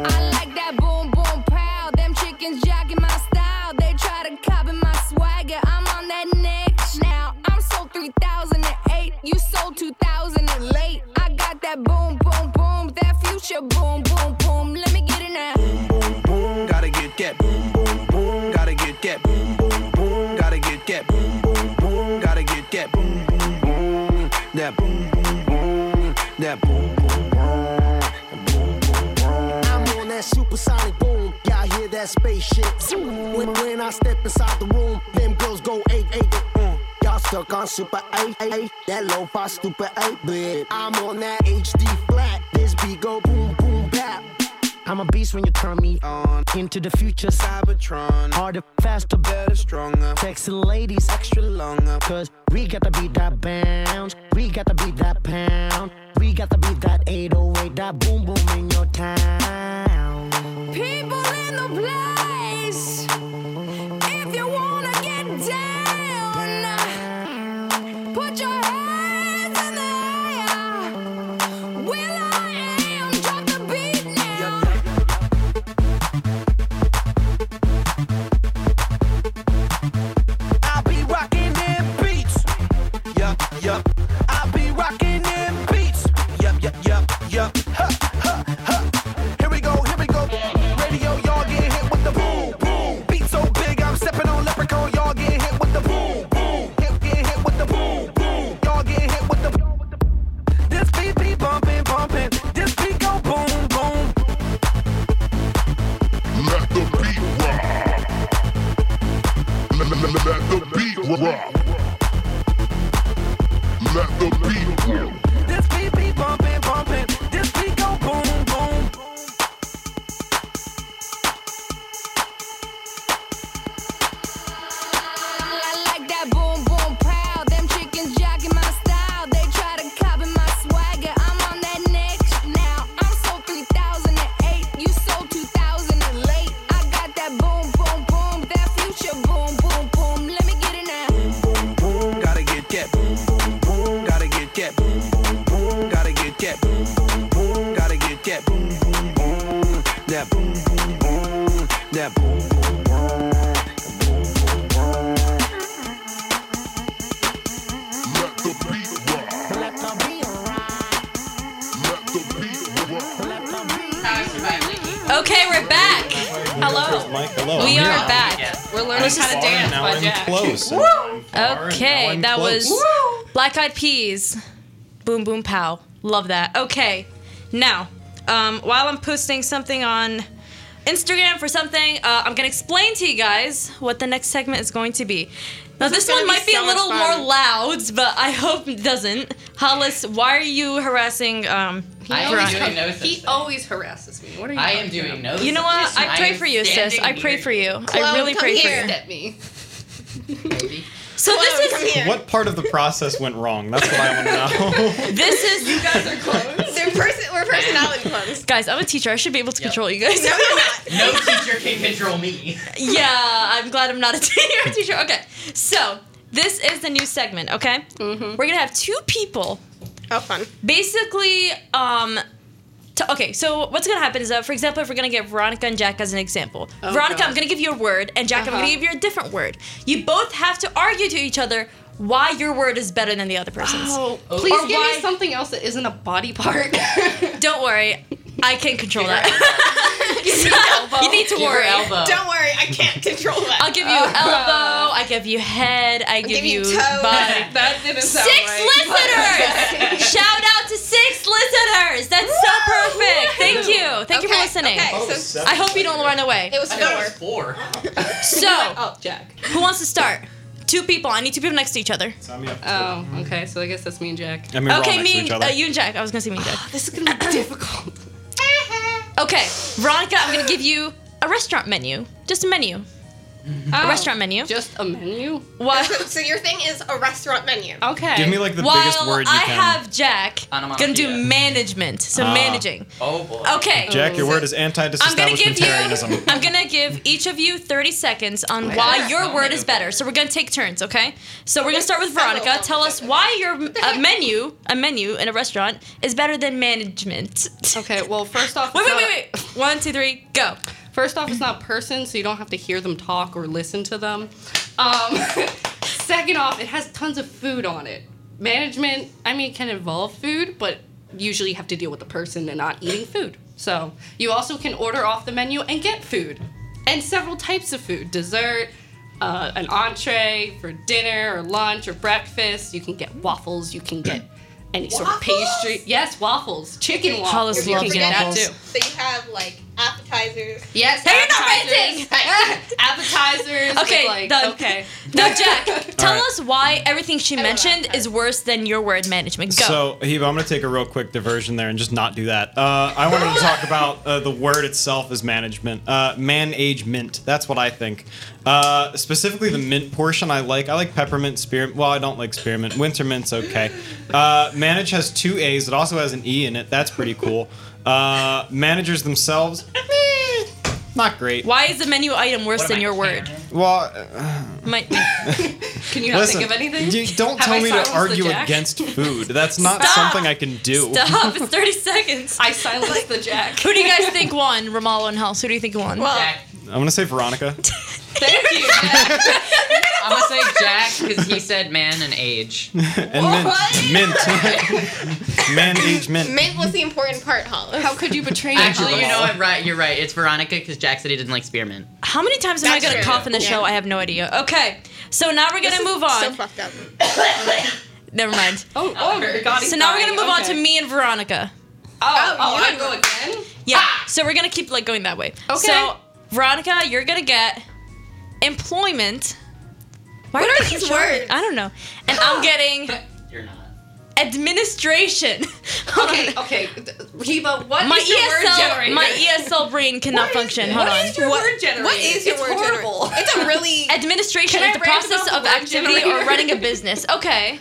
H: I like that boom boom pow. Them chickens jacking my style. They try to copy my swagger. I'm on that next now. I'm sold 3008. You sold 2000 and late. I got that boom boom boom. That future boom boom boom. Let me get it now.
G: Boom, boom, gotta get that boom, boom, boom, gotta get that boom, boom, boom, gotta get that boom, boom, boom, gotta get that boom, boom, boom, that boom, boom, boom, that boom, boom, boom, boom, boom, boom.
I: I'm on that supersonic boom. Y'all hear that spaceship? zoom. When, when I step inside the room, them girls go eight eight. Mm. Y'all stuck on super eight eight. That low fi stupid eight bit. I'm on that HD flat. This beat go boom boom bap. I'm a beast when you turn me on. Into the future,
G: Cybertron,
I: harder, faster,
G: better, stronger,
I: Sexy ladies,
G: extra longer.
I: Cause we gotta beat that bounce. We gotta beat that pound. oh We gotta beat that 808, that boom boom in your town.
H: People
F: the beat rock. Let the beat roll.
G: This beat be bumping, bumping. This beat go boom, boom.
H: I like that boom boom proud. Them chickens jogging my style. They try to copy my swagger. I'm on that next now. I'm sold 3008. You sold 2000 and late. I got that boom boom boom. That future boom boom boom. Let me get it now.
G: boom, boom, gotta get that boom, boom, boom, gotta get that boom, boom, boom, gotta get that boom, boom, boom, gotta get that boom, boom, boom, that boom, boom, boom, that boom, boom, boom, boom, boom, boom.
F: Let the beat rock.
I: Let the beat ride.
F: Let the beat rock.
I: Let the beat
A: Okay, we're back.
C: There's
A: Hello.
C: Mike, hello.
A: We
C: I'm
A: are
C: here.
A: back.
B: We're learning how to dance
C: now
B: by
C: I'm
B: Jack.
C: close. and now I'm far, and now
A: Okay,
C: I'm
A: that
C: close.
A: was Black Eyed Peas. Boom boom pow. Love that. Okay. Now, um, while I'm posting something on Instagram for something, uh, I'm gonna explain to you guys what the next segment is going to be. Now this,
E: is
A: one
E: gonna be
A: might be
E: so
A: a
E: much
A: little
E: fun.
A: more loud, but I hope it doesn't. Hollis, why are you harassing um
D: I am
A: Veronica?
D: doing no such
B: He
D: thing.
B: always harasses me. What are you?
D: I am
B: talking
D: doing no
A: You know what?
D: such thing.
A: I pray for you, sis. I
D: standing
A: pray
D: here.
A: for you.
E: Chloe,
A: I really
E: come
A: pray
E: here.
A: for you.
B: At me.
A: So
E: Chloe,
A: this
E: come
A: is
E: here.
C: What part of the process went wrong? That's what I
A: (laughs)
C: want to know.
A: this is
E: They're person, we're personality clones.
A: guys. I'm a teacher. I should be able to control you
E: (laughs)
A: guys.
E: No, you're not.
D: No teacher can control me.
A: Yeah, I'm glad I'm not a (laughs) teacher. teacher. Okay, so this is the new segment. Okay, we're gonna have two people
E: How fun.
A: basically. Um, to, okay, so what's gonna happen is that, for example, if we're gonna get Veronica and Jack as an example, Veronica,
B: God.
A: I'm gonna give you a word, and Jack, I'm gonna
B: Uh-huh.
A: give you a different word. You both have to argue to each other why your word is better than the other person's.
B: Oh,
D: Oh.
B: please
A: Or
B: give
A: why-
B: me something else that isn't a body (laughs) part.
A: Don't worry, I can control that. (laughs)
B: elbow.
A: you need to
D: Give her
A: worry.
D: elbow.
E: Don't worry, I can't control that.
A: I'll give you elbow. I give you head. I give,
E: give you
A: you
E: toe.
A: body.
B: that didn't sound
A: Six
B: right.
A: listeners! Shout out to six listeners! That's so perfect! Thank you. Thank you for
E: Okay,
A: listening.
E: okay, so
A: I hope you don't run away.
E: it was
D: I thought it was
E: four.
D: four.
A: So,
B: Oh, Jack.
A: who wants to start? Two people. I need two people next to each other.
C: Sign me up.
B: Oh, okay. So I guess that's me and Jack.
C: I mean, we're all
A: okay,
C: next to
A: me
C: each
A: and
C: other.
A: uh, you and Jack. I was gonna say me and Jack.
B: This is gonna be (laughs) difficult.
A: Okay, Veronica, I'm gonna give you a restaurant menu. Just a menu.
C: Mm-hmm.
A: A restaurant menu.
C: Oh.
B: Just a menu.
E: (laughs)
A: While,
E: So, so your thing is a restaurant menu.
A: Oh.
B: Okay.
C: Give me like the biggest
A: while
C: word you
A: I
C: can.
A: have Jack, gonna do
D: Onomatopoeia.
A: management. So
C: Ah.
A: managing.
D: Oh boy.
A: Okay.
C: Jack, your
B: Oh.
C: word is
A: I'm gonna give you.
C: anti-disestablishmentarianism.
A: (laughs) I'm gonna give each of you 30 seconds on why your word is better. So we're gonna take turns, okay? So we're gonna start with Veronica. Tell us why your a menu, a menu in a restaurant is better than management.
B: Okay. Well, first off,
A: (laughs) Wait,
B: it's
A: wait,
B: not-
A: wait, wait. One, two, three, go.
B: First off, it's not person, so you don't have to hear them talk or listen to them. Um, (laughs) second off, it has tons of food on it. Management, I mean, can involve food, but usually you have to deal with the person and not eating food. So you also can order off the menu and get food, and several types of food: dessert, uh, an entree for dinner or lunch or breakfast. You can get waffles. You can get any sort of
E: Waffles?
B: pastry. Yes, waffles, chicken waffles.
A: Paula's
B: You can
A: loving
B: get that
A: waffles.
B: too.
E: So you have like appetizers.
B: Yes.
A: Hey, you're not
B: appetizers.
A: (laughs)
B: appetizers.
A: Okay,
B: with, like,
A: done.
B: Okay.
A: Now, Jack, tell
C: right.
A: us why everything she
E: don't
A: mentioned
E: know.
A: is worse than your word management. Go.
C: So, Heba, I'm going to take a real quick diversion there and just not do that. Uh, I wanted to talk about uh, the word itself as management. Uh, man age mint. That's what I think. Uh, specifically, the mint portion I like. I like peppermint, spearmint. Well, I don't like spearmint. Winter mint's okay. Uh, manage has two A's. It also has an E in it. That's pretty cool. Uh, managers themselves, eh, not great.
A: why is the menu item worse
D: What am
A: than
D: I,
A: your word?
D: Karen?
C: Well, uh,
A: (laughs) My,
B: Can you not
C: listen,
B: think of anything?
C: you- don't
B: Have
C: tell
B: I
C: me
B: silenced
C: to
B: the
C: argue
B: jack?
C: against food. That's not
A: Stop.
C: something I can do.
A: stop. It's 30 seconds.
B: I silenced the
A: (laughs)
B: jack.
A: Who do you guys think won, Ramallah and House? Who do you think won? (laughs)
E: Well,
D: Jack.
C: I'm going to say Veronica.
B: Thank you. Jack.
D: I'm gonna say Jack because he said man and age.
C: And mint. Mint. Man age mint.
E: mint was the important part, Hollis.
B: How could you betray me?
D: Actually, you know
B: Hollis?
D: what? Right, you're right. It's Veronica because Jack said he didn't like spearmint.
A: How many times am I
E: That's
A: gonna
E: true.
A: cough in the
E: Yeah.
A: show? I have no idea. Okay, so now we're gonna move
E: So
A: on.
E: fucked up.
A: Never mind.
B: (gasps) Oh, oh, my God, he's
A: So now we're
B: dying.
A: gonna move on
B: Okay.
A: to me and Veronica.
B: Oh,
E: Oh,
B: oh, I
E: you-
B: go again.
A: Yeah. So we're gonna keep like going that way.
B: Ah! Okay.
A: So Veronica, you're gonna get employment Why
E: What
A: they
E: are these
A: in charge?
E: words?
A: I don't know. And
B: (gasps)
A: I'm getting
D: You're not.
A: administration. (laughs) Hold
B: Okay, Oh,
A: on.
B: okay. Reba, what is
A: My
B: your word
A: ESL,
B: generator?
A: my E
B: (laughs)
A: ESL brain cannot function. Hold
B: What
A: on.
B: is your word generator?
E: What is your
B: it's
E: word generator?
B: horrible.
E: It's a
B: (laughs)
E: really
A: Administration
B: Can
A: is
B: I
A: the
B: rant
A: process
B: about
A: of
B: the word
A: activity or
B: generator?
A: running a
B: (laughs)
A: business. Okay.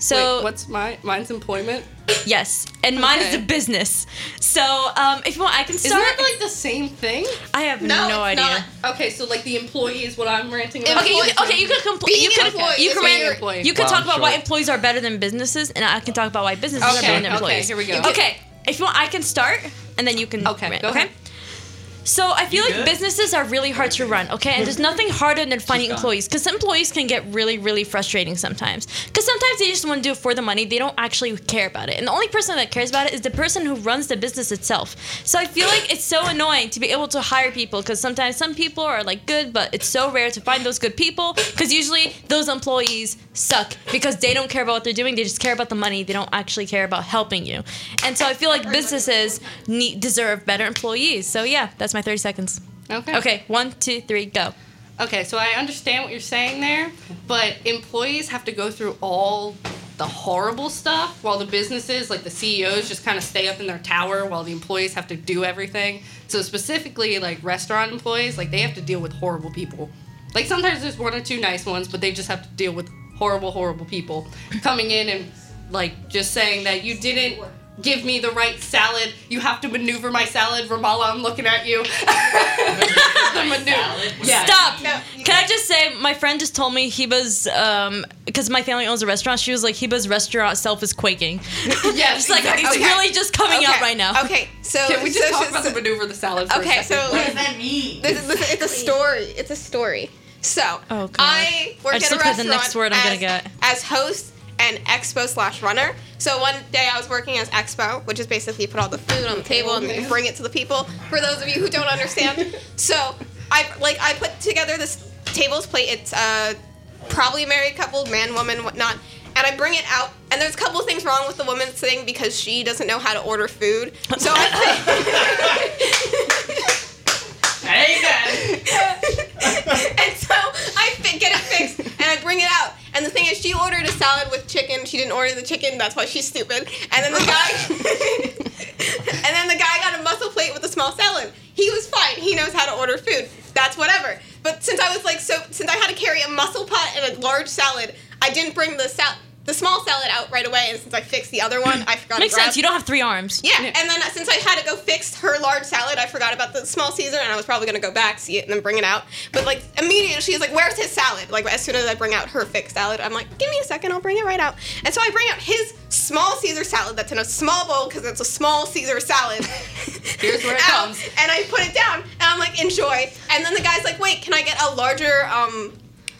A: So
B: Wait, what's my mine's employment?
A: yes, and mine is
B: Okay.
A: a business. So um, if you want, I can
B: Isn't
A: start.
B: that like the same thing?
A: I have
E: no,
A: no,
E: it's
A: idea.
E: not.
B: Okay, so like the employee is what I'm ranting about.
A: Okay, you
E: Employed
A: can, okay, you could compl-
E: Being
A: you could
E: employed
A: you
E: is
A: can
E: being
A: ran-
B: employed.
A: you could
D: Wow,
A: talk about why
D: sure.
A: employees are better than businesses, and I can talk about why businesses are
B: Okay,
A: better than
B: okay,
A: employees.
B: here we go.
A: Okay, if you want, I can start, and then you can.
B: Okay,
A: rant,
B: go
A: okay.
B: ahead.
A: So I feel
D: You
A: like
D: good?
A: businesses are really hard to run, okay? And there's nothing harder than finding
D: gone.
A: employees because employees can get really, really frustrating sometimes. Because sometimes they just want to do it for the money; they don't actually care about it. And the only person that cares about it is the person who runs the business itself. So I feel like it's so annoying to be able to hire people because sometimes some people are like good, but it's so rare to find those good people because usually those employees suck because they don't care about what they're doing; they just care about the money. They don't actually care about helping you. And so I feel like businesses need, deserve better employees. So yeah, that's my 30 seconds.
B: Okay.
A: Okay, one, two, three, go.
B: Okay, so I understand what you're saying there, but employees have to go through all the horrible stuff while the businesses, like the CEOs, just kind of stay up in their tower while the employees have to do everything. So, specifically, like restaurant employees, like they have to deal with horrible people. Like sometimes there's one or two nice ones, but they just have to deal with horrible, horrible people coming in and like just saying that you didn't give me the right salad. You have to maneuver my salad. Ramallah, I'm looking at you. (laughs) the maneuver. Yeah.
A: Stop.
E: No, you
A: Can I just say, my friend just told me Heba's, um, because my family owns a restaurant. She was like, Heba's restaurant self is quaking. (laughs)
B: Yes,
A: It's like
B: exactly.
A: it's
E: Okay.
A: really just coming
E: okay.
A: out right now.
E: Okay, so
B: Can we just
E: so-
B: talk
E: so-
B: about the maneuver the salad for
E: Okay,
B: a second?
E: so what does that mean? This is, this, it's a story. It's a story. So
A: Oh, God.
E: I worked
A: I just
E: at a
A: looked at
E: restaurant
A: the next word I'm
E: as,
A: gonna get.
E: as host and expo slash runner. So one day I was working as expo, which is basically you put all the food on the table and then bring it to the people. For those of you who don't (laughs) understand, so I like I put together this tables plate. It's uh, probably married couple, man, woman, whatnot. And I bring it out, and there's a couple of things wrong with the woman's thing because she doesn't know how to order food. So
A: (laughs)
E: I think.
D: Hey guys.
E: (laughs) and so I fi- get it fixed and I bring it out. And the thing is, she ordered a salad with chicken. She didn't order the chicken. That's why she's stupid. And then the guy, (laughs) and then the guy got a muscle plate with a small salad. He was fine. He knows how to order food. That's whatever. But since I was like so, since I had to carry a muscle pot and a large salad, I didn't bring the sal- the small salad out right away. And since I fixed the other one, I forgot.
A: Makes
E: to grab-
A: sense. You don't have three arms.
E: yeah, and then since I had to go fix her large salad, I forgot about the small Caesar, and I was probably gonna go back, see it, and then bring it out. But like immediately, she's like, "Where's his salad?" Like as soon as I bring out her fixed salad, I'm like, "Give me a second, I'll bring it right out." And so I bring out his small Caesar salad that's in a small bowl because it's a small Caesar salad.
B: (laughs) Here's where it
E: out,
B: comes.
E: (laughs) And I put it down, and I'm like, "Enjoy." And then the guy's like, "Wait, can I get a larger um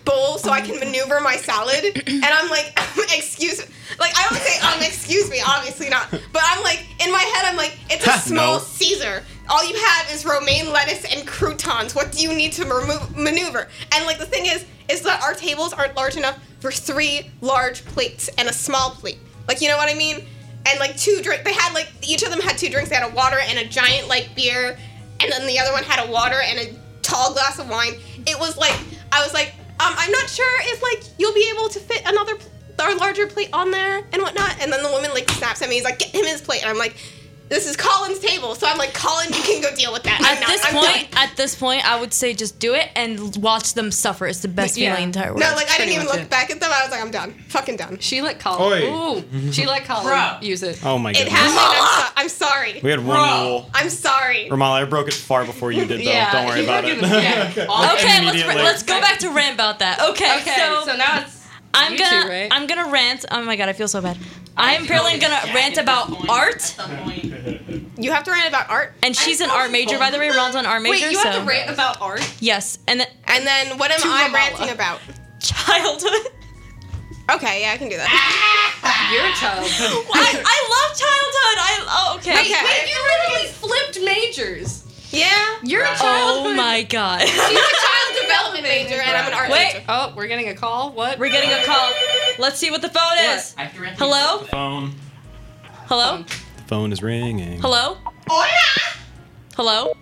E: bowl so I can maneuver my salad. And I'm like, (laughs) um, excuse me. Like, I don't say, um, excuse me, obviously not. But I'm like, in my head, I'm like, it's a
C: Ha,
E: small
C: no.
E: Caesar. All you have is romaine lettuce and croutons. What do you need to remove, maneuver? And like, the thing is, is that our tables aren't large enough for three large plates and a small plate. Like, you know what I mean? And like two drink, they had like each of them had two drinks. They had a water and a giant like beer, and then the other one had a water and a tall glass of wine. It was like I was like, um, I'm not sure if like you'll be able to fit another pl- or larger plate on there and whatnot. And then the woman like snaps at me. He's like, get him his plate. And I'm like, this is Colin's table. So I'm like, Colin, you can go deal with that. I'm
A: At
E: not,
A: this
E: I'm
A: point,
E: done.
A: at this point, I would say just do it and watch them suffer. It's the best
B: Yeah.
A: feeling in the entire world.
E: no, like I
B: pretty
E: didn't even
B: much
E: look
B: it.
E: back at them. I was like, I'm done. Fucking done.
B: she let Colin.
C: Oi.
B: Ooh, she let Colin
D: Bro.
B: use it.
C: Oh my
E: It
C: goodness.
E: happened. I'm,
B: (laughs)
E: so- I'm sorry.
C: We had one
D: Bro.
C: rule.
E: I'm sorry.
C: Ramala, I broke it far before you did, though.
B: Yeah,
C: Don't worry
B: you
C: about
B: broke
C: it.
B: it again.
C: (laughs)
A: okay, let's
C: immediately.
A: let's go back to rant about that. Okay,
B: Okay,
A: so,
B: so, now it's
A: I'm
B: you
A: gonna
B: two, right?
A: I'm gonna rant. Oh my god, I feel so bad. I am apparently gonna rant about art,
E: You have to rant about art.
A: and she's an art major, by the way. Ron's an art
B: Wait,
A: major,
B: you
A: so
B: have to rant about art?
A: yes, and then (laughs)
E: And then what am
B: To
E: I
B: Ramallah.
E: ranting about?
A: childhood.
E: Okay, yeah, I can do that.
B: You're a child.
A: I, I love childhood. I oh, okay.
E: Wait,
B: Wait,
E: wait,
B: you literally flipped majors.
E: Yeah.
B: You're a child.
A: Oh my god. (laughs)
E: She's a child development major and I'm an art
A: Wait.
E: major.
B: Oh, we're getting a call. What?
A: We're getting a call. Let's see what the phone is. Hello?
C: Phone.
A: Hello?
C: The phone is ringing.
A: Hello?
E: Hola!
A: Hello?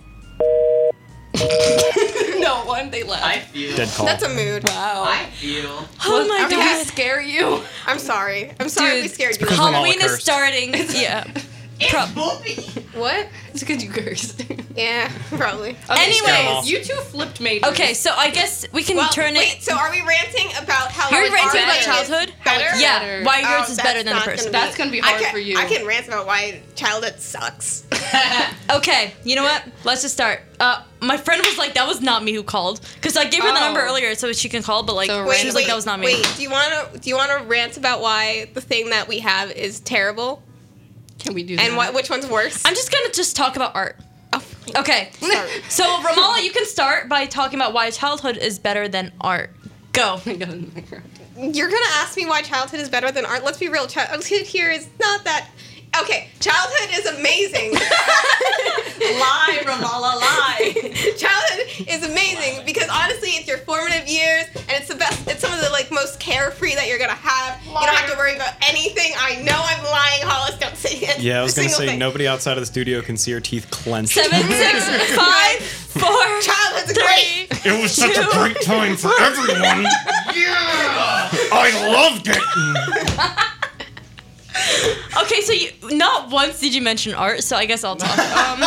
A: (laughs)
E: No
B: that one. They left.
D: I feel.
C: Dead call.
E: That's a mood.
B: wow.
D: I feel.
A: Oh my
E: okay.
B: Did we
A: god.
B: scare you?
E: I'm sorry. I'm sorry
A: Dude,
E: we scared you.
C: because we're all
A: Halloween is
E: (laughs)
C: cursed.
A: starting. yeah. Pro-
E: What?
B: It's because you cursed. (laughs)
E: Yeah, (laughs) probably.
A: Anyways,
C: off.
B: you two flipped majors.
A: okay, so I guess we can
E: Well,
A: turn
E: wait,
A: it.
E: so are we ranting about how
A: You're
E: Howard
A: ranting
E: Arden
A: about
E: is
A: childhood?
E: Better?
A: yeah,
B: better.
A: why
E: Oh,
A: yours is
E: that's
A: better than the
E: not
A: person.
E: gonna
B: That's gonna be
E: I
B: hard
E: can-
B: for you.
E: I can rant about why childhood sucks.
A: Okay, you know what? Let's just start. Uh, my friend was like, "That was not me who called," because I gave her the
B: Oh.
A: number earlier so she can call. But like,
B: So
A: she was like, "That was not me."
E: Wait, do you want to do you want to rant about why the thing that we have is terrible
B: Can we do that?
E: and what which one's worse?
A: I'm just gonna just talk about art.
E: oh,
A: Okay, so Ramala, you can start by talking about why childhood is better than art. Go.
B: I got an interrupted.
E: you're gonna ask me why childhood is better than art. Let's be real. Childhood (laughs) here is not that. Okay, childhood is amazing. (laughs) lie, Ramallah, lie. (laughs) Childhood is amazing because honestly, it's your formative years, and it's the best. It's some of the like most carefree that you're gonna have. You don't have to worry about anything. I know I'm lying, Hollis. Don't say it.
C: Yeah, I was gonna
E: Single
C: say
E: thing. (laughs)
C: nobody outside of the studio can see her teeth clenched.
A: Seven, six,
E: (laughs)
A: five, four,
E: Childhood's
A: three.
E: great.
C: It was such a great time for everyone. yeah, I loved it.
A: Okay, so you, not once did you mention art, so I guess I'll talk. Um,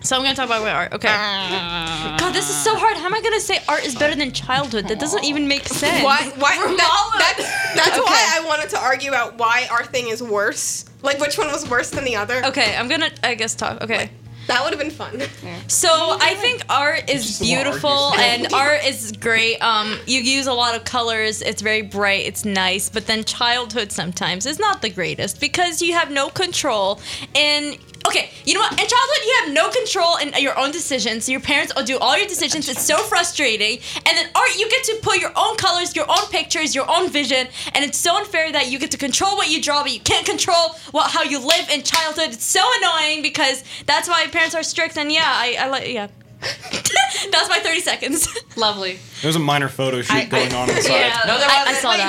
A: so I'm gonna talk about my art. Okay. God, this is so hard. How am I gonna say art is better than childhood? That doesn't even make sense.
E: Why? Why? That, that's that's why
A: Okay.
E: I wanted to argue about why our thing is worse. Like which one was worse than the other.
A: Okay, I'm gonna, I guess, talk. Okay.
E: That would have been fun.
A: So I think art is
C: a lot of
A: beautiful and art is great. Um, you use a lot of colors. It's very bright. It's nice. But then childhood sometimes is not the greatest because you have no control and. Okay, you know what? In childhood, you have no control in your own decisions. Your parents do all your decisions. It's so frustrating. And then art, you get to put your own colors, your own pictures, your own vision. And it's so unfair that you get to control what you draw, but you can't control what how you live in childhood. It's so annoying because that's why parents are strict. And yeah, I, I like yeah. (laughs) that's my thirty seconds.
B: Lovely.
C: There's a minor photo shoot going on on the side.
D: No, there
A: I, I
D: wasn't.
A: saw
E: Did (laughs)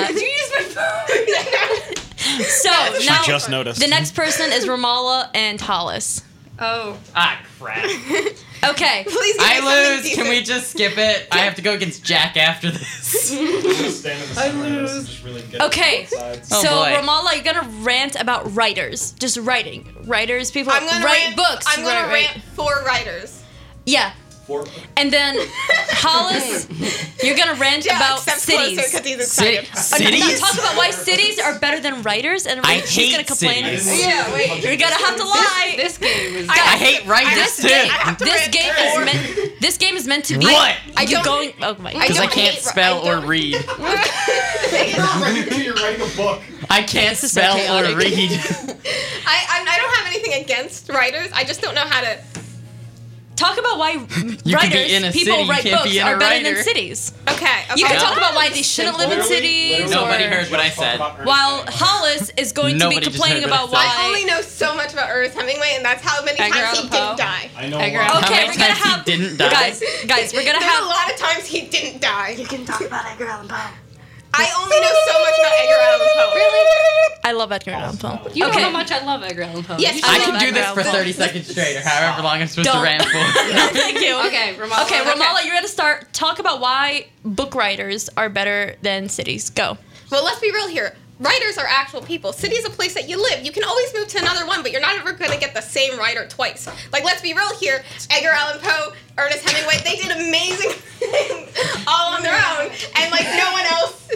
A: that.
E: (laughs) you use my (laughs) phone?
A: So
C: She
A: now
C: just noticed.
A: the next person is Ramallah and Hollis.
B: Oh.
D: Ah, crap.
A: Okay.
E: (laughs) Please. give me something
D: I lose. Can
E: decent.
D: we just skip it? I have to go against Jack after this.
C: I lose.
A: Okay.
D: Oh,
A: so
D: boy.
A: Ramallah, you're gonna rant about writers, just writing, writers, people
E: I'm gonna
A: write
E: rant,
A: books.
E: I'm gonna
A: Right, right.
E: rant for
A: (laughs)
E: writers.
A: Yeah. And then
E: (laughs)
A: Hollis, you're gonna rant
E: Yeah,
A: about
E: steps
A: cities.
E: closer because he's
D: Ci-
E: excited.
A: Uh, no, no,
D: cities?
A: talk about why cities are better than writers, and
D: I
A: she's gonna
D: hate
A: complain.
D: cities.
E: Yeah, wait.
A: You're gonna have to lie.
B: This game is.
D: I hate writers
A: this
D: too.
A: game,
E: have to
A: this
E: rant
A: game
E: for-
A: is meant. This game is meant to be.
D: What?
A: I you
E: don't-
A: going? Oh my.
E: I
D: Because I
E: don't
D: can't
E: hate ri-
D: spell
E: I
D: or
E: don't-
D: read.
E: (laughs)
C: (laughs) You're writing a book.
D: I can't
A: is so
D: spell or
A: chaotic.
D: read.
E: I, I I don't have anything against writers. I just don't know how to.
A: Talk about why
D: be
A: writers,
D: in a
A: people
D: city, you
A: write
D: can't
A: books,
D: be in a
A: are better than
D: writer.
A: cities.
E: Okay. okay.
A: You can talk
D: Yeah.
A: about why they shouldn't live in cities.
D: Nobody
A: or-
D: heard what I said.
A: While Hollis is going to
D: Nobody
A: be
D: just
A: complaining
D: heard what I
A: about
D: said.
A: why.
E: I only know so much about Ernest Hemingway, and that's how many
B: Edgar
E: times he
B: Allan Poe.
E: didn't die.
C: I know.
B: Edgar
C: why.
B: Allan
A: Okay,
D: many
A: we're gonna
D: times he
A: have
D: didn't die?
A: guys, guys, we're gonna
E: There's
A: have
E: a lot of times he didn't die. You can talk about Edgar Allan Poe. I only know so much about Edgar Allan Poe. Really?
A: I love Edgar Allan
D: (laughs)
A: Poe.
B: You
A: okay.
B: know how much I love Edgar Allan Poe.
E: Yes,
B: You
D: I
A: love
D: can do this
A: Edgar
D: for
A: Allan
D: 30 seconds straight or however long I'm supposed
A: Don't.
D: to
A: (laughs)
D: rant for.
A: Thank you.
B: should- Okay, Ramallah.
A: Okay, Ramala, you're gonna start. Talk about why book writers are better than cities. Go.
E: Well, let's be real here. Writers are actual people. City's a place that you live. You can always move to another one, but you're not ever going to get the same writer twice. Like, let's be real here. Edgar Allan Poe, Ernest Hemingway, they did amazing things all on their own, and like no one else.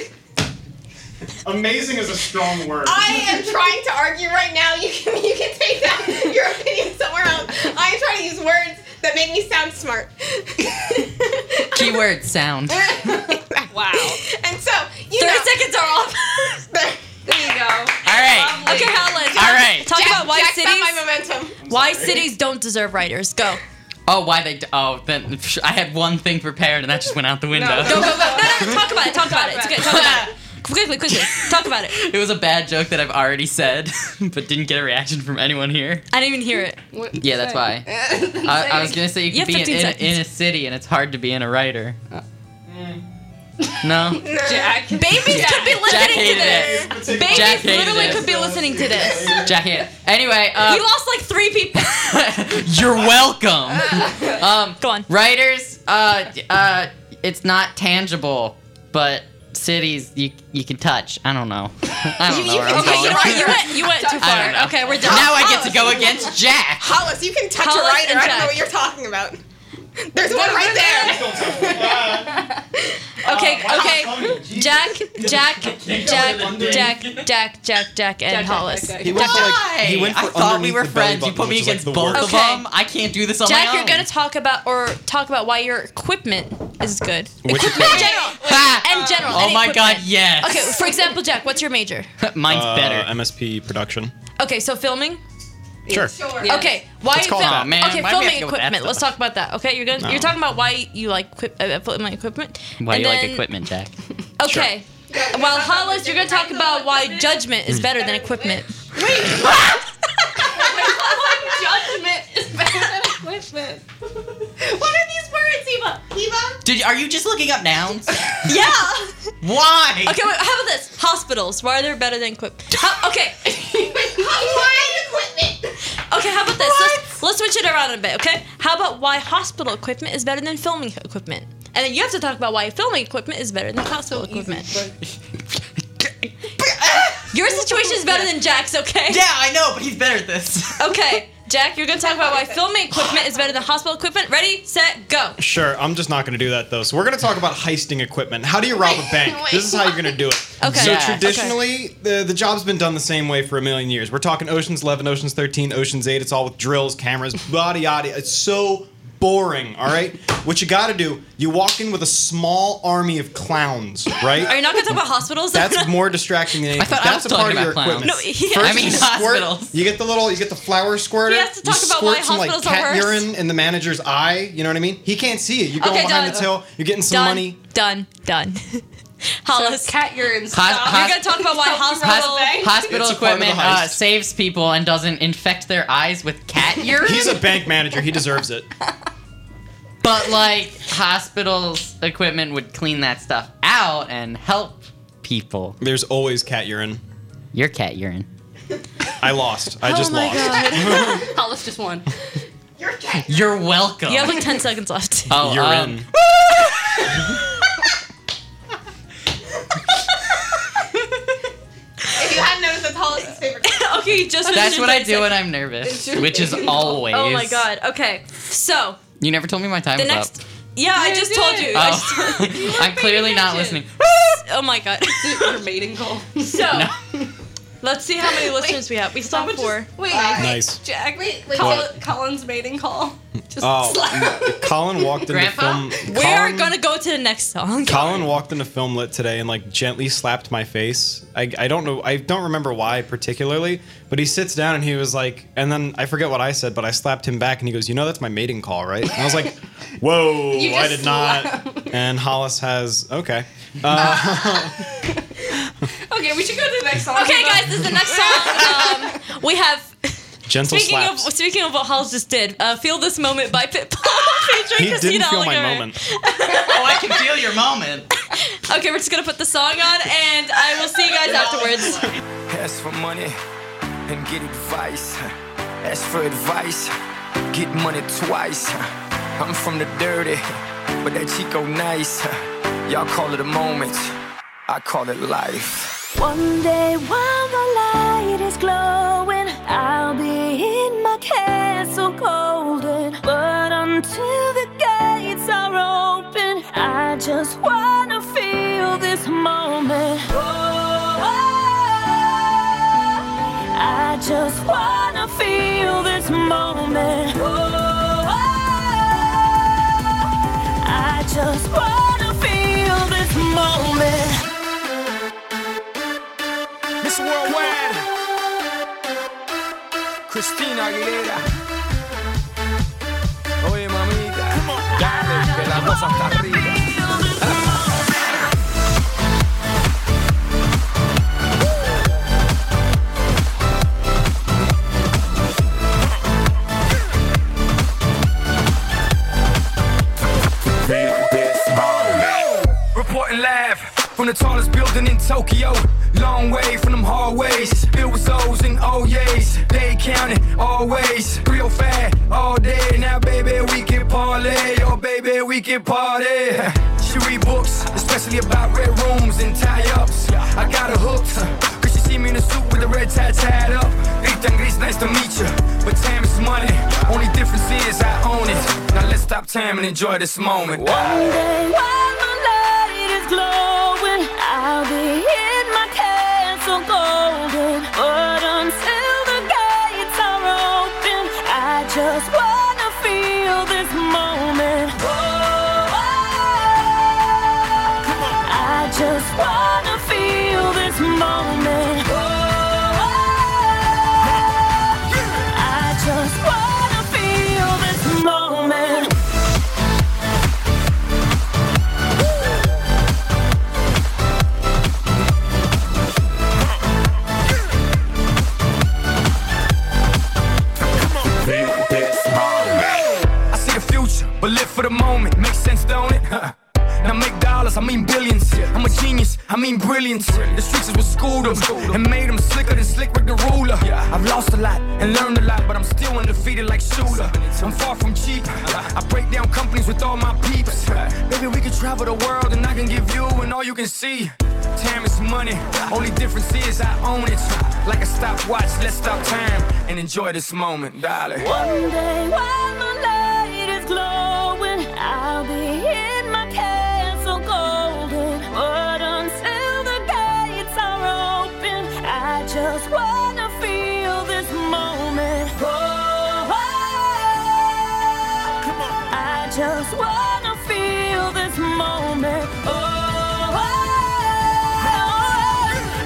C: Amazing is a strong word.
E: I am trying to argue right now. You can you can take that your opinion somewhere else. I am trying to use words that make me sound smart.
A: (laughs)
D: Keyword sound.
B: Wow.
E: and so you
A: Thirty
E: know,
A: seconds are off.
B: There you go.
D: All right.
A: okay, Hollis.
D: All right.
A: Talk about why
E: Jack found my
A: cities.
E: momentum.
A: Why cities don't deserve writers. Go.
D: Oh, why they? D- oh, then psh, I had one thing prepared and that just went out the window.
A: Go. Go. Go. No, no. Talk about it. Talk about it. It's okay. Talk about it. Quickly, quickly. Talk about it.
D: (laughs) It was a bad joke that I've already said, (laughs) but didn't get a reaction from anyone here.
A: I didn't even hear it.
B: What-
D: Yeah, that's why. I, I was gonna say you
A: You
D: can
A: have
D: be
A: 15
D: in, in, a-
A: seconds.
D: in a city, and it's hard to be in a writer. (laughs) No,
B: Jack.
A: Babies could be
D: Jack
A: listening to
D: hated
A: this.
D: it.
A: Babies
D: Jack hated
A: literally
D: it.
A: could be listening to this.
D: Jack hated. it. Anyway,
A: We
D: uh, (laughs)
A: lost like three people.
D: you're welcome. Um,
A: (laughs) Go on.
D: writers uh, uh, it's not tangible, but cities you you can touch. I don't know. I don't know. where I'm
A: Okay,
D: going.
A: you, went, you went you went too
D: I don't know.
A: far. Okay, we're done. Oh,
D: Now I get to go against Jack.
E: Hollis, you can touch a
A: Hollis
E: rider.
A: and
E: I don't know
A: Jack.
E: what you're talking about. There's one right there.
A: Okay, okay.
C: okay.
A: Jack, Oh, (laughs) Jack, Jack,
D: the
A: Jack, Jack, Jack, Jack, and Hollis.
B: Jack,
C: He went for like
D: Why?
C: he went
D: I
C: for
D: thought we
C: underneath
D: were
C: the belly
D: friends. You
C: button,
D: put me
C: which is, like,
D: against
C: the
D: both
C: worst.
D: of
A: Okay.
D: them. I can't do this on my
A: Jack,
D: own.
A: you're gonna talk about or talk about why your equipment is good. (laughs)
C: Which
A: equipment in general.
D: Ha!
A: And general.
D: Oh
A: any
D: my god,
A: equipment.
D: yes.
A: Okay, for example, Jack, what's your major?
D: (laughs) Mine's
C: Uh,
D: better.
C: MSP production.
A: Okay, so filming.
C: Sure.
E: Sure.
B: Yeah.
A: Okay, why
C: Let's call
A: film-
C: it that.
D: Aw, Oh, man,
A: Okay,
D: why do we have
A: filming
D: to go with that
A: equipment. Let's
D: stuff?
A: talk about that. Okay, you're gonna
C: No.
A: you're talking about why you like equip, uh, uh, filming equipment.
D: Why do
A: and
D: you like
A: then- (laughs)
D: equipment, Jack?
A: Okay. While Hollis, you're gonna talk about why judgment is better than equipment.
B: Judgment is better than equipment.
E: (laughs) What are these words, Eva? Eva?
D: Did are you just looking up nouns?
A: Yeah.
D: Why?
A: Okay, wait, how about this? Hospitals. Why are they better than equip? How, okay,
E: Why equipment?
A: okay. How about this? Let's, let's switch it around a bit. Okay. How about why hospital equipment is better than filming equipment? And then you have to talk about why filming equipment is better than hospital equipment. Your situation is better than Jack's. Okay.
D: (laughs) Yeah, I know, but he's better at this.
A: Okay, Jack, you're gonna talk about why filming equipment is better than hospital equipment. Ready, set, go.
C: Sure, I'm just not going to do that though. So we're going to talk about heisting equipment. How do you rob a
A: (laughs)
C: bank?
E: Wait,
C: this is how you're going to do it.
A: Okay.
C: So
D: Yeah.
C: traditionally, the the job's been done the same way for a million years. We're talking Ocean's Eleven, Ocean's Thirteen, Ocean's Eight. It's all with drills, cameras, (laughs) yada yada. It's so boring. All right. What you got to do? You walk in with a small army of
A: (laughs)
C: clowns,
A: Are you
C: right?
A: not gonna talk about hospitals? (laughs)
C: That's more distracting than anything.
D: thought I
C: That's
D: was
C: a part
D: talking
C: of your
D: about
C: equipment.
A: no. He
D: I
A: has,
D: mean,
C: You squirt-
D: hospitals.
C: You get the little, you get the flower squirter.
A: He has to
C: you
A: talk about why
C: squirt some,
A: hospitals are
C: like, cat
A: worse.
C: urine in the manager's eye. You know what I mean? He can't see it. You go
A: Okay,
C: behind
A: done.
C: the till. You're getting some
A: done,
C: money.
A: done, done. (laughs) Hollis,
B: cat urine.
D: Hos-
B: stop.
A: you're
D: hos-
A: gonna talk about why hospital.
D: Hos- hospital
C: It's a part of the
D: equipment uh,
C: heist.
D: saves people and doesn't infect their eyes with cat (laughs) urine.
C: He's a bank manager. He deserves it.
D: but like hospitals equipment would clean that stuff out and help people.
C: There's always cat urine.
D: Your cat urine.
C: I lost. I
A: Oh
C: just lost.
B: Hollis just won.
E: You're dead.
D: You're welcome.
A: You have like ten seconds left. (laughs)
D: oh, um,
C: Urine.
E: If you hadn't noticed, that's Hollis's favorite.
A: okay, you just.
D: That's
A: finished
D: what I
A: your
D: do when
A: ten (laughs)
D: I'm nervous, which is always.
A: seconds. Oh my god. Okay, so
D: You never told me my time
A: the
D: was
A: next.
D: up.
A: Yeah, I
B: You
A: just
B: did.
A: told you. I just-
D: Oh. I'm clearly not listening.
A: (laughs) oh my god.
B: Your mating call.
A: So let's see how many listeners we have. We still have four.
E: Uh,
B: Wait,
A: um, (laughs)
C: Nice.
B: Jack. Wait,
C: What?
B: Colin's mating call. Just
C: Oh, Colin walked into
D: Grandpa?
C: film.
A: We are
C: Colin,
A: gonna go to the next song.
C: Colin walked into film lit today and like gently slapped my face. I, I don't know. I don't remember why particularly, but he sits down and he was like, and then I forget what I said, but I slapped him back and he goes, "You know that's my mating call, right?" And I was like, "Whoa,
B: You
C: I
B: just
C: did not." And Hollis has okay.
B: okay, we should go to the next song.
A: (laughs) Okay, guys, this is the next song. Um, we have.
C: Gentle
A: Speaking of,
C: slaps.
A: (laughs) speaking of what Halls just did, uh, Feel This Moment by Pitbull featuring
C: he
A: Christina
C: didn't feel my
A: Aguilera.
C: moment.
D: (laughs) Oh, I can feel your
A: (laughs)
D: moment.
A: Okay, we're just going to put the song on, and I will see you guys afterwards.
I: Ask for money and get advice. Ask for advice, get money twice. I'm from the dirty, but that Chico nice. (laughs) Y'all call it a moment, I call it life.
H: One day while the light is glowing, I'll be in my castle golden. But until the gates are open, I just wanna feel this moment. Oh, I just wanna feel this moment. Oh, I just wanna feel this moment.
I: Miss Worldwide, Christina Aguilera. Oye, mamita, dale, que la cosa está rica. Reporting live from the tallest building in Tokyo. Long way from them hallways. Filled with O's and O's. They counted always. Real fat all day. Now, baby, we can parlay. Oh, baby, said we can party. She read books, especially about red rooms and tie ups. I got her hooked, huh, cause she see me in a suit with a red tie tied up. Rita Grace, nice to meet you. But time is money, only difference is I own it. Now let's stop time and enjoy this moment. Wow.
H: While my light is glowing, I'll be in my castle golden. But until the gates are open, I just wanna feel this moment. Oh, Whoa, I just wanna feel this moment. Whoa, I just wanna feel this moment.
I: I see the future, but live for the moment. Makes sense, don't it? (laughs) Huh. Now make dollars, I mean billions. I'm a genius, I mean brilliance. The streets is what schooled them and made them slicker than slick with the ruler. I've lost a lot and learned a lot, but I'm still undefeated like Shula. I'm far from cheap. I break down companies with all my peeps. Maybe we could travel the world and I can give you and all you can see. Time is money, only difference is I own it. Like a stopwatch, let's stop time and enjoy this moment, darling.
H: One day while my light is glowing, I'll be in my castle golden. But until the gates are open, I just wanna feel this moment. Whoa, I just wanna feel this moment. Oh,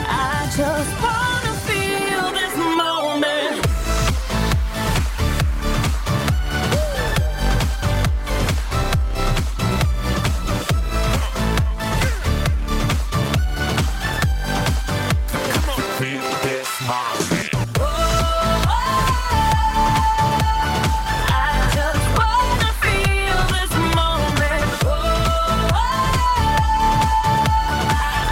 H: I just wanna feel this moment. I just wanna feel this moment.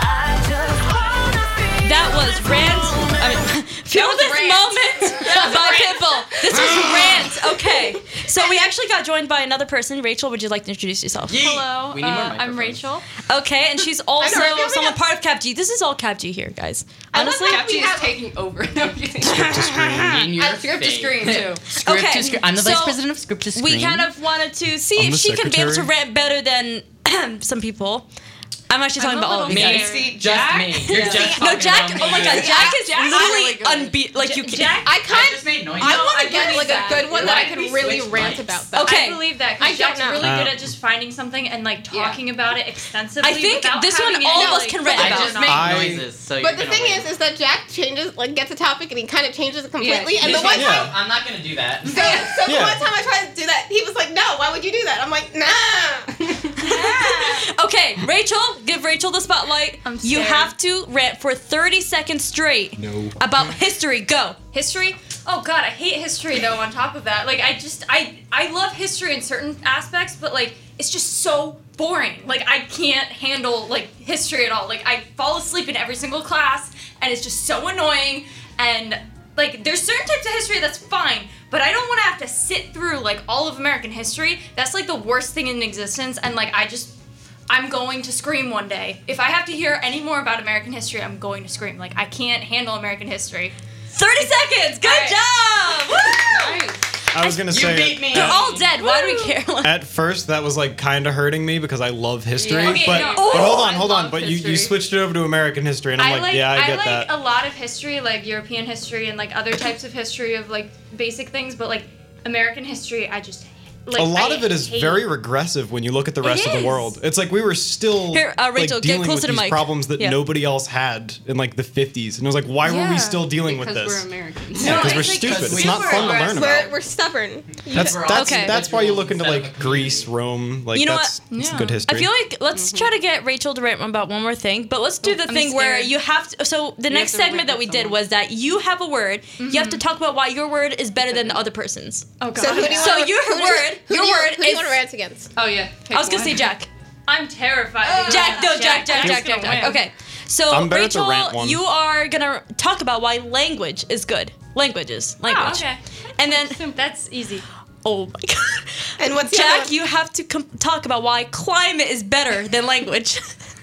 H: I just wanna feel
A: That was Rant. I mean, feel
E: was
A: this
E: Rant.
A: moment by Pitbull. This was Rant. Okay. So we actually got joined by another person. Rachel, would you like to introduce yourself?
D: Yeet.
B: Hello,
D: We need more
B: uh, I'm
D: microphones.
B: Rachel.
A: Okay, and she's also
E: I feel we
A: someone
E: got-
A: part of CapG. This is all CapG here, guys.
E: I love
A: Honestly,
E: that
B: Captain
E: have-
B: is taking over. (laughs) No, I'm kidding.
D: In
A: Ah,
D: your
B: I script to
D: face.
B: screen too.
D: (laughs) Script
A: Okay,
D: to screen. I'm the vice
A: so
D: president of script to screen.
A: we kind of wanted to see
C: I'm
A: if
C: the
A: she could be able to
C: secretary.
A: rant better than (clears throat) some people. I'm actually
B: I'm a
A: talking about
B: little
A: all of you
D: me.
A: guys.
B: See,
D: just
B: Jack?
D: me. You're just
A: No,
D: talking
A: Jack. Oh
D: about me.
A: my God, Jack is
B: Jack-
A: literally
B: Jack-
A: unbeat. Like you can't.
E: I
D: I
E: kind
D: just made noises.
E: I want
B: I
E: to get
B: believe
E: like a
B: that.
E: good one that I
D: Why did we
E: could really
D: switch
E: rant
D: mics?
E: about. Though.
J: I
A: Okay.
J: believe that
E: I don't
J: because Jack's
E: know.
J: really
C: Uh,
J: good at just finding something and like
B: Yeah.
J: talking about it extensively.
A: I think
J: without
A: this one
J: having
A: all
J: any,
A: of us
J: like,
A: can rant
D: I
J: background
A: about.
D: just
J: knowledge.
D: made
C: I-
D: noises. So
E: But the thing is, is that Jack changes, like, gets a topic and he kind of changes it completely.
B: Yeah.
E: And the one
C: Yeah.
E: time,
D: I'm not gonna do that.
E: so, so the
C: Yeah.
E: one time I tried to do that, he was like, "No, why would you do that?" I'm like, "Nah."
A: Okay, Rachel, give Rachel the spotlight.
J: I'm
A: you
J: scared.
A: have to rant for 30 seconds straight
C: No.
A: about history. Go.
J: history. Oh god, I hate history though. On top of that, like I just I I love history in certain aspects, but like it's just so boring. Like I can't handle like history at all. Like I fall asleep in every single class, and it's just so annoying. And like there's certain types of history that's fine, but I don't want to have to sit through like all of American history. That's like the worst thing in existence. And like I just I'm going to scream one day. If I have to hear any more about American history, I'm going to scream. Like I can't handle American history.
A: 30 seconds. Good
J: All
A: job. Woo!
C: I was gonna
D: You
C: say
D: beat me.
A: They're all dead. Why do we care? (laughs)
C: at first that was like kind of hurting me because I love history,
B: Yeah.
J: Okay,
C: but,
J: no.
C: but hold on,
B: I
C: hold on.
B: love
C: But you, you
B: history.
C: switched it over to American history, and I'm
J: I
C: like, yeah, I, get
J: like
C: that.
J: a lot of history, like European history and like other types of history of like basic things, but like American history, I just like
C: a lot
J: I
C: of it is
J: hate.
C: very regressive when you look at the rest of
J: is.
C: the world. It's like we were
A: (laughs)
C: still
A: Here, uh, Rachel,
C: like,
A: get
C: dealing
A: closer
C: with
A: to
C: these
A: Mike.
C: problems that
A: Yeah.
C: nobody else had in like the 50s, and it was like, why were
A: Yeah.
C: we still (laughs) dealing
B: Because
C: with
B: we're
C: this?
B: Americans.
C: Yeah, because
J: No,
C: we're
J: it's like
C: stupid. It's
D: super
C: not fun to learn
E: we're,
C: about.
E: we're stubborn.
C: That's
D: We're all
C: that's
A: Okay.
C: that's why you look into
D: individuals instead
C: like
D: of a community.
C: Greece, Rome. Like
A: You know
C: that's
A: what?
C: it's
J: Yeah.
C: good
A: I
C: history.
A: feel like let's try to get Rachel to rant about one more thing, but let's do the
B: I'm
A: thing where
B: scared.
A: you have to. So the next
B: have to
A: segment
B: rant
A: that we
B: with
A: did
B: someone.
A: was that you have a word. You have to talk about why your word is better than the other person's.
J: Oh god.
E: So who do you
A: So
E: wanna-
A: your
E: who do you-
A: word-
E: who
A: your
E: do you,
A: word
E: Who do
A: is- Uh,
E: you want to rant against?
B: Oh yeah.
A: I was gonna say Jack.
J: I'm terrified.
A: Jack, no, Jack, Jack,
J: I'm
A: Jack,
J: just gonna
A: Jack, Jack.
J: win.
A: Okay. So
C: I'm better at the
A: Rachel,
C: rant one.
A: you are gonna talk about why language is good. Languages, language.
J: Oh, okay.
A: And then
J: That's easy.
A: Oh my god.
E: (laughs) And what's the other
A: Jack,
E: one?
A: you have to com- talk about why climate is better than language. (laughs)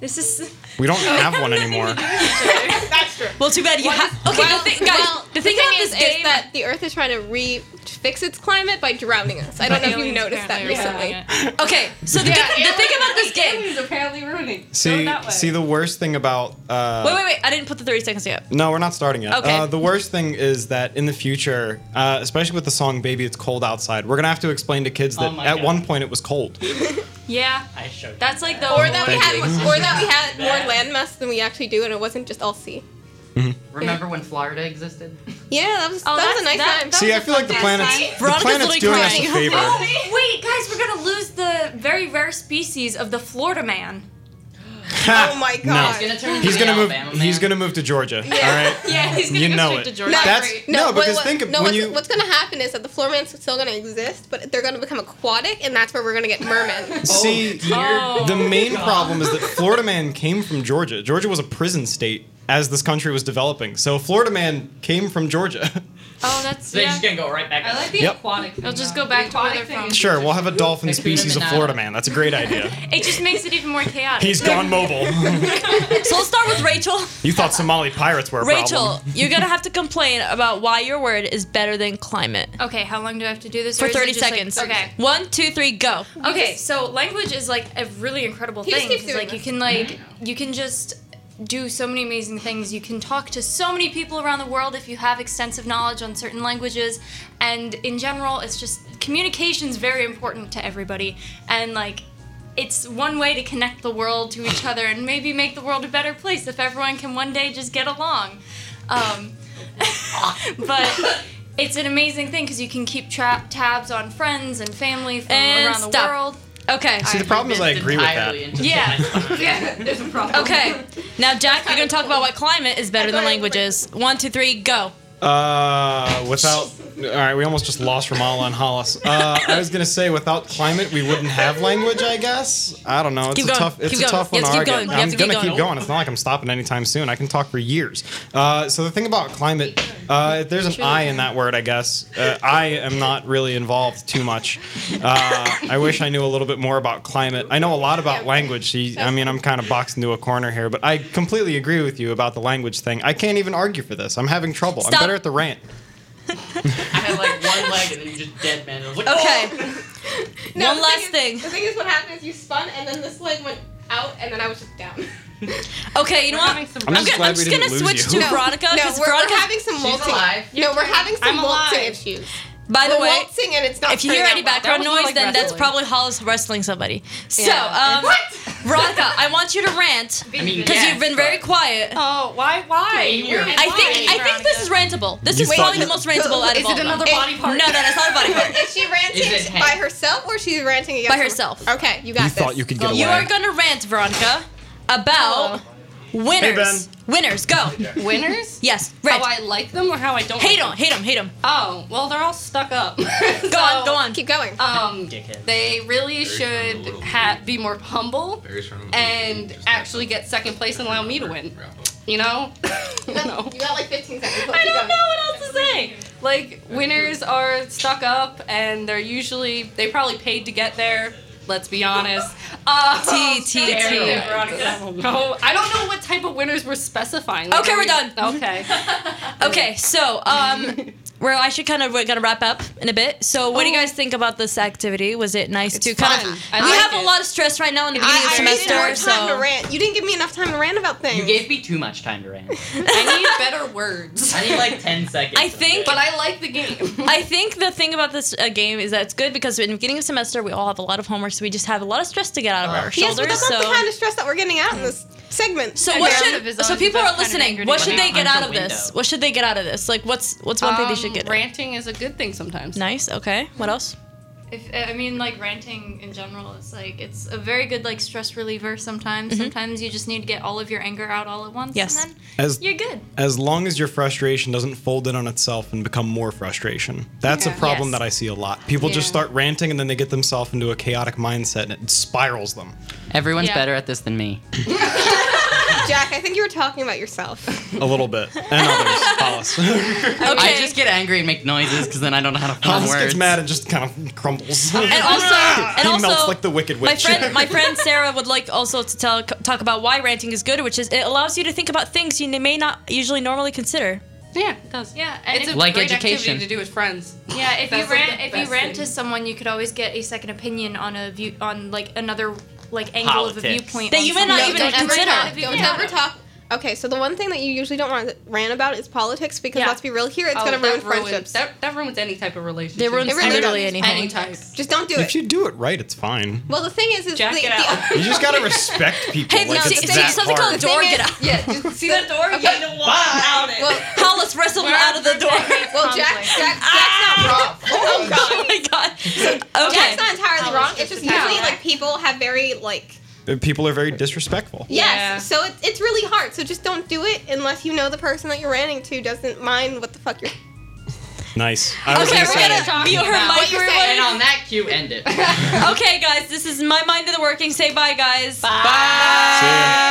J: This is
C: We don't have one anymore.
B: (laughs)
E: That's true.
A: well, too bad you have. Okay,
E: Uh, Well,
A: the thing, guys,
E: well,
A: the thing, about
E: is,
A: this game
E: is that the Earth is trying to re fix its climate by drowning us. I don't know if you noticed that recently.
A: (laughs) Okay, so the,
E: Yeah,
A: good- the thing about this
B: (laughs)
A: game.
B: Aliens apparently ruining.
C: See, see, the worst thing about uh,
A: Wait, wait, wait! I didn't put the thirty seconds yet.
C: No, we're not starting yet.
A: Okay.
C: Uh, the worst thing is that in the future, uh, especially with the song "Baby It's Cold Outside," we're gonna have to explain to kids that
D: Oh my
C: at
D: God.
C: one point it was cold.
J: yeah.
D: I showed you.
J: That's like the
E: Or that we
C: Thank
E: had
C: you.
E: or that we had more landmass than we actually do, and it wasn't just all sea.
D: Remember when Florida existed?
E: Yeah, that was
J: Oh,
E: that was a
J: that's-
E: nice
J: that-
E: time.
J: that-
C: See, I feel like the
E: That's
C: planet's
E: fine.
C: the
A: Veronica's
C: planet's
A: literally
C: doing us a
A: crying.
C: favor.
J: (laughs) Oh, wait, guys, we're gonna lose the very rare species of the Florida man.
E: Oh
C: (laughs)
E: my God.
D: He's gonna turn
C: He's
D: into
C: gonna
D: an
C: move.
D: Alabama
C: He's
D: man.
C: gonna move to Georgia. All right.
J: Yeah, he's gonna
C: You
J: go
C: know
J: straight
C: it.
J: to Georgia.
E: No,
C: That's- no,
E: what-
C: because
E: what-
C: think of
E: no,
C: when
E: what's,
C: you-
E: what's gonna happen is that the floor man's still gonna exist, but they're gonna become aquatic, and that's where we're gonna get mermen.
C: See, the main problem is that Florida Man came from Georgia. Georgia was a prison state as this country was developing. So Florida Man came from Georgia. (laughs)
J: Oh, that's
D: So they're
J: yeah.
D: just gonna go right back.
B: I
D: up.
B: like the
C: Yep.
B: aquatic. Thing,
J: They'll just
B: though.
J: go back
B: The
J: to where
B: aquatic
J: they're from.
B: thing-
C: Sure, we'll have a dolphin
D: They could've
C: species of
D: been
C: Florida
D: out.
C: Man. That's a great idea.
J: It just makes it even more chaotic.
C: He's gone mobile.
A: So let's start with Rachel.
C: you thought Somali pirates were a problem.
A: Rachel, you're gonna have to complain about why your word is better than climate
J: Okay, how long do I have to do this? or
A: for
J: is it
A: 30
J: just, like-
A: seconds.
J: okay.
A: One, two, three, go.
J: Okay, so language is like a really incredible
E: He just
J: thing.
E: keeps
J: 'cause,
E: doing
J: like you
E: this.
J: can like you can just do so many amazing things. You can talk to so many people around the world if you have extensive knowledge on certain languages. And in general, it's just communication's very important to everybody. And like it's one way to connect the world to each other and maybe make the world a better place if everyone can one day just get along. Um, but it's an amazing thing because you can keep tra- tabs on friends and family from
A: And
J: around the
A: stop.
J: world.
A: Okay.
C: See, the problem is I agree with that.
D: Entirely into
J: Yeah.
D: something.
B: Yeah, there's a problem.
A: Okay. Now, Jack, you're gonna talk about why climate is better than languages. One, two, three, go.
C: Uh, without. All right, we almost just lost Ramallah and Hollis. Uh, I was gonna say, without climate, we wouldn't have language. I guess. I don't know. It's
A: Keep
C: a
A: going.
C: tough. It's
A: Keep
C: a
A: going.
C: tough
A: You
C: one.
A: have
C: to
A: to keep
C: argue.
A: going. You
C: I'm
A: have to keep
C: gonna
A: going.
C: keep going. It's not like I'm stopping anytime soon. I can talk for years. Uh, so the thing about climate, uh, there's an I in that word, I guess. Uh, I am not really involved too much. Uh, I wish I knew a little bit more about climate. I know a lot about language. See, I mean, I'm kind of boxed into a corner here, but I completely agree with you about the language thing. I can't even argue for this. I'm having trouble.
A: Stop.
C: I'm better at the rant.
D: I had like one leg and then you just dead man. I was like, "Oh!"
A: Okay.
E: (laughs) No,
A: One
E: the
A: last
E: is-
A: thing.
E: The thing is, what happened is you spun, and then this leg went out, and then I was just
A: (laughs)
E: down.
A: Okay. You know what?
B: having some
A: I'm
C: I'm just
A: gonna, I'm
C: glad we
A: just gonna
C: didn't lose
A: switch
C: you.
A: to Veronica
E: No,
A: because
E: we're, we're
A: Veronica.
E: having some molting.
D: alive.
E: No, we're having some
B: I'm
E: molting
B: alive.
E: issues.
A: by the
E: we're
A: way,
E: waltzing, and it's not.
A: if you hear
E: turning
A: any
E: out well.
A: background
B: That was more
A: noise,
B: like
A: then that's
B: wrestling.
A: probably Hollis wrestling somebody.
J: Yeah.
A: So, um, Veronica, I want you to rant
D: I mean,
A: because
D: yes,
A: you've been very
D: but-
A: quiet.
B: Oh, why? Why?
D: Yeah,
B: Why?
A: I think I think this is rantable. This
C: You
A: is probably
C: thought-
A: the most rantable out of
E: Is it
A: all. of them.
E: another
B: body
A: No,
B: part?
A: no, that's not a body part.
E: (laughs) Is she ranting
D: Is it-
E: by
D: hey.
E: herself, or she's ranting against
A: By
E: someone?
A: herself.
E: Okay, you got
C: You
E: this.
C: thought you could (laughs) get
A: You
C: away.
A: are gonna rant, Veronica,
E: Oh.
A: about winners. winners,
C: (laughs)
A: go.
B: winners.
A: Yes,
B: How
A: rant.
B: I like them or how I don't.
A: hate
B: like
A: them, hate them, hate them.
B: Oh, well, they're all stuck up. go
A: Go on, go on.
E: Keep going.
B: Um,
D: Dickheads.
B: they
K: Very
B: really should
K: little.
B: ha- be more humble
K: Very strong.
B: and
K: Just
B: actually get second place and allow me to win.
K: wrap up.
B: You know? (laughs) you
E: That's-
B: know.
E: You got like 15 seconds.
B: (laughs) I don't know what else to say. Like winners are stuck up, and they're usually they probably paid to get there. Let's be honest. Uh,
A: T, T, T.
B: I don't know. I don't know what type of winners we're specifying.
A: Okay,
B: are
A: we're
B: we-
A: done.
B: Okay.
A: (laughs) Okay, so um, we're actually kind of we're gonna wrap up in a bit. So, what do you guys think about this activity? Was it nice to kind
B: fun.
A: of?
B: I
A: we
B: like
A: have a
B: it.
A: lot of stress right now in the beginning
E: I, I
A: of the
E: needed more
A: semester,
E: time
A: so
E: to rant. You didn't give me enough time to rant about things.
D: You gave me too much time to rant.
B: I need better
A: (laughs)
B: words.
D: I need like ten seconds.
A: I think-
B: But I like the game.
A: I think the thing about this uh, game is that it's good because in the beginning of semester we all have a lot of homework, so we just have a lot of stress to get out of our
E: yes,
A: shoulders.
E: but that's
A: so.
E: not the kind of stress that we're getting out in this segment.
A: so
J: And
A: what
J: they're
A: should
J: on the
A: so
J: zone,
A: people
J: that
A: are
J: kind of
A: listening?
J: angry
A: What
J: to
A: should
J: them.
A: they get out
D: Punch a
A: of this?
D: window.
A: What should they get out of this? Like what's what's one thing they should
B: Um,
A: get?
B: Ranting is a good thing sometimes.
A: Nice. Okay. What else?
J: If uh, I mean like ranting in general, it's like it's a very good like stress reliever. Sometimes, sometimes you just need to get all of your anger out all at once.
A: Mm-hmm. Yes.
J: And then
C: As
J: you're good.
C: as long as your frustration doesn't fold in on itself and become more frustration. That's a
B: Yeah.
C: problem
J: Yes.
C: that I see a lot. People just
B: Yeah.
C: start ranting and then they get themselves into a chaotic mindset and it spirals them.
D: everyone's
J: Yeah.
D: better at this than me.
E: Jack, I think you were talking about yourself.
C: A little bit. And
A: (laughs)
C: others. Hollis.
A: Okay.
D: I just get angry and make noises because then I don't know how to form
C: Hollis
D: words.
C: gets mad and just kind of crumbles. (laughs)
A: and also, and
C: he
A: also,
C: melts like the Wicked Witch.
A: My
C: (laughs)
A: friend, my friend Sarah would like also to tell, talk about why ranting is good, which is it allows you to think about things you may not usually normally consider.
B: Yeah, it does.
J: Yeah, and
B: It's
J: if-
B: a
D: Like
B: great
D: education.
B: activity to do with friends.
J: Yeah, if you
B: That's, like,
J: rant
B: the
J: if you
B: best
J: rant
B: thing.
J: to someone, you could always get a second opinion on a view on like another like angle of a
D: Politics.
J: viewpoint
A: That
J: on
A: you may (laughs) not
J: something.
A: even
E: don't ever
A: consider.
E: talk-
J: Yeah.
E: Don't ever talk. Okay, so the one thing that you usually don't want to rant about is politics because
J: Yeah.
E: let's be real here, it's
B: Oh,
E: gonna
B: that
E: ruin
B: ruins-
E: friendships.
B: That, that ruins any type of relationship.
A: They ruin
E: It really
A: literally
E: does.
A: anything.
B: any type.
E: Just don't do
C: if
E: it.
C: you do it right, it's fine.
E: Well, the thing is, is
B: Jack
E: the,
B: it out.
E: the
C: You just
A: (laughs)
C: gotta respect people.
A: Hey,
C: like,
A: no,
C: it's
A: see,
C: that
A: there's something
C: hard.
A: called door
E: thing
A: get
E: is-
A: out.
E: Yeah, just see the
J: door, you
E: Okay.
J: know what? Out it.
E: Well,
A: Hollis wrestled him out of the door.
E: well, Jack, Jack, Jack's not wrong. Oh God.
A: (laughs) Ah! oh my god. okay.
E: Jack's not entirely wrong. It's just
J: Yeah.
E: usually like people have very like
C: People are very disrespectful.
E: yes.
B: Yeah.
E: So it, it's really hard. So just don't do it unless you know the person that you're ranting to doesn't mind what the fuck you're.
C: Nice. I was
A: okay,
C: gonna
A: we're
C: say.
A: gonna mute her
E: about
A: mic
E: what you're
A: real
E: saying.
D: And
A: quick.
D: on that cue, end it.
A: Okay, guys, this is my mind of the working. Say bye, guys.
C: See ya.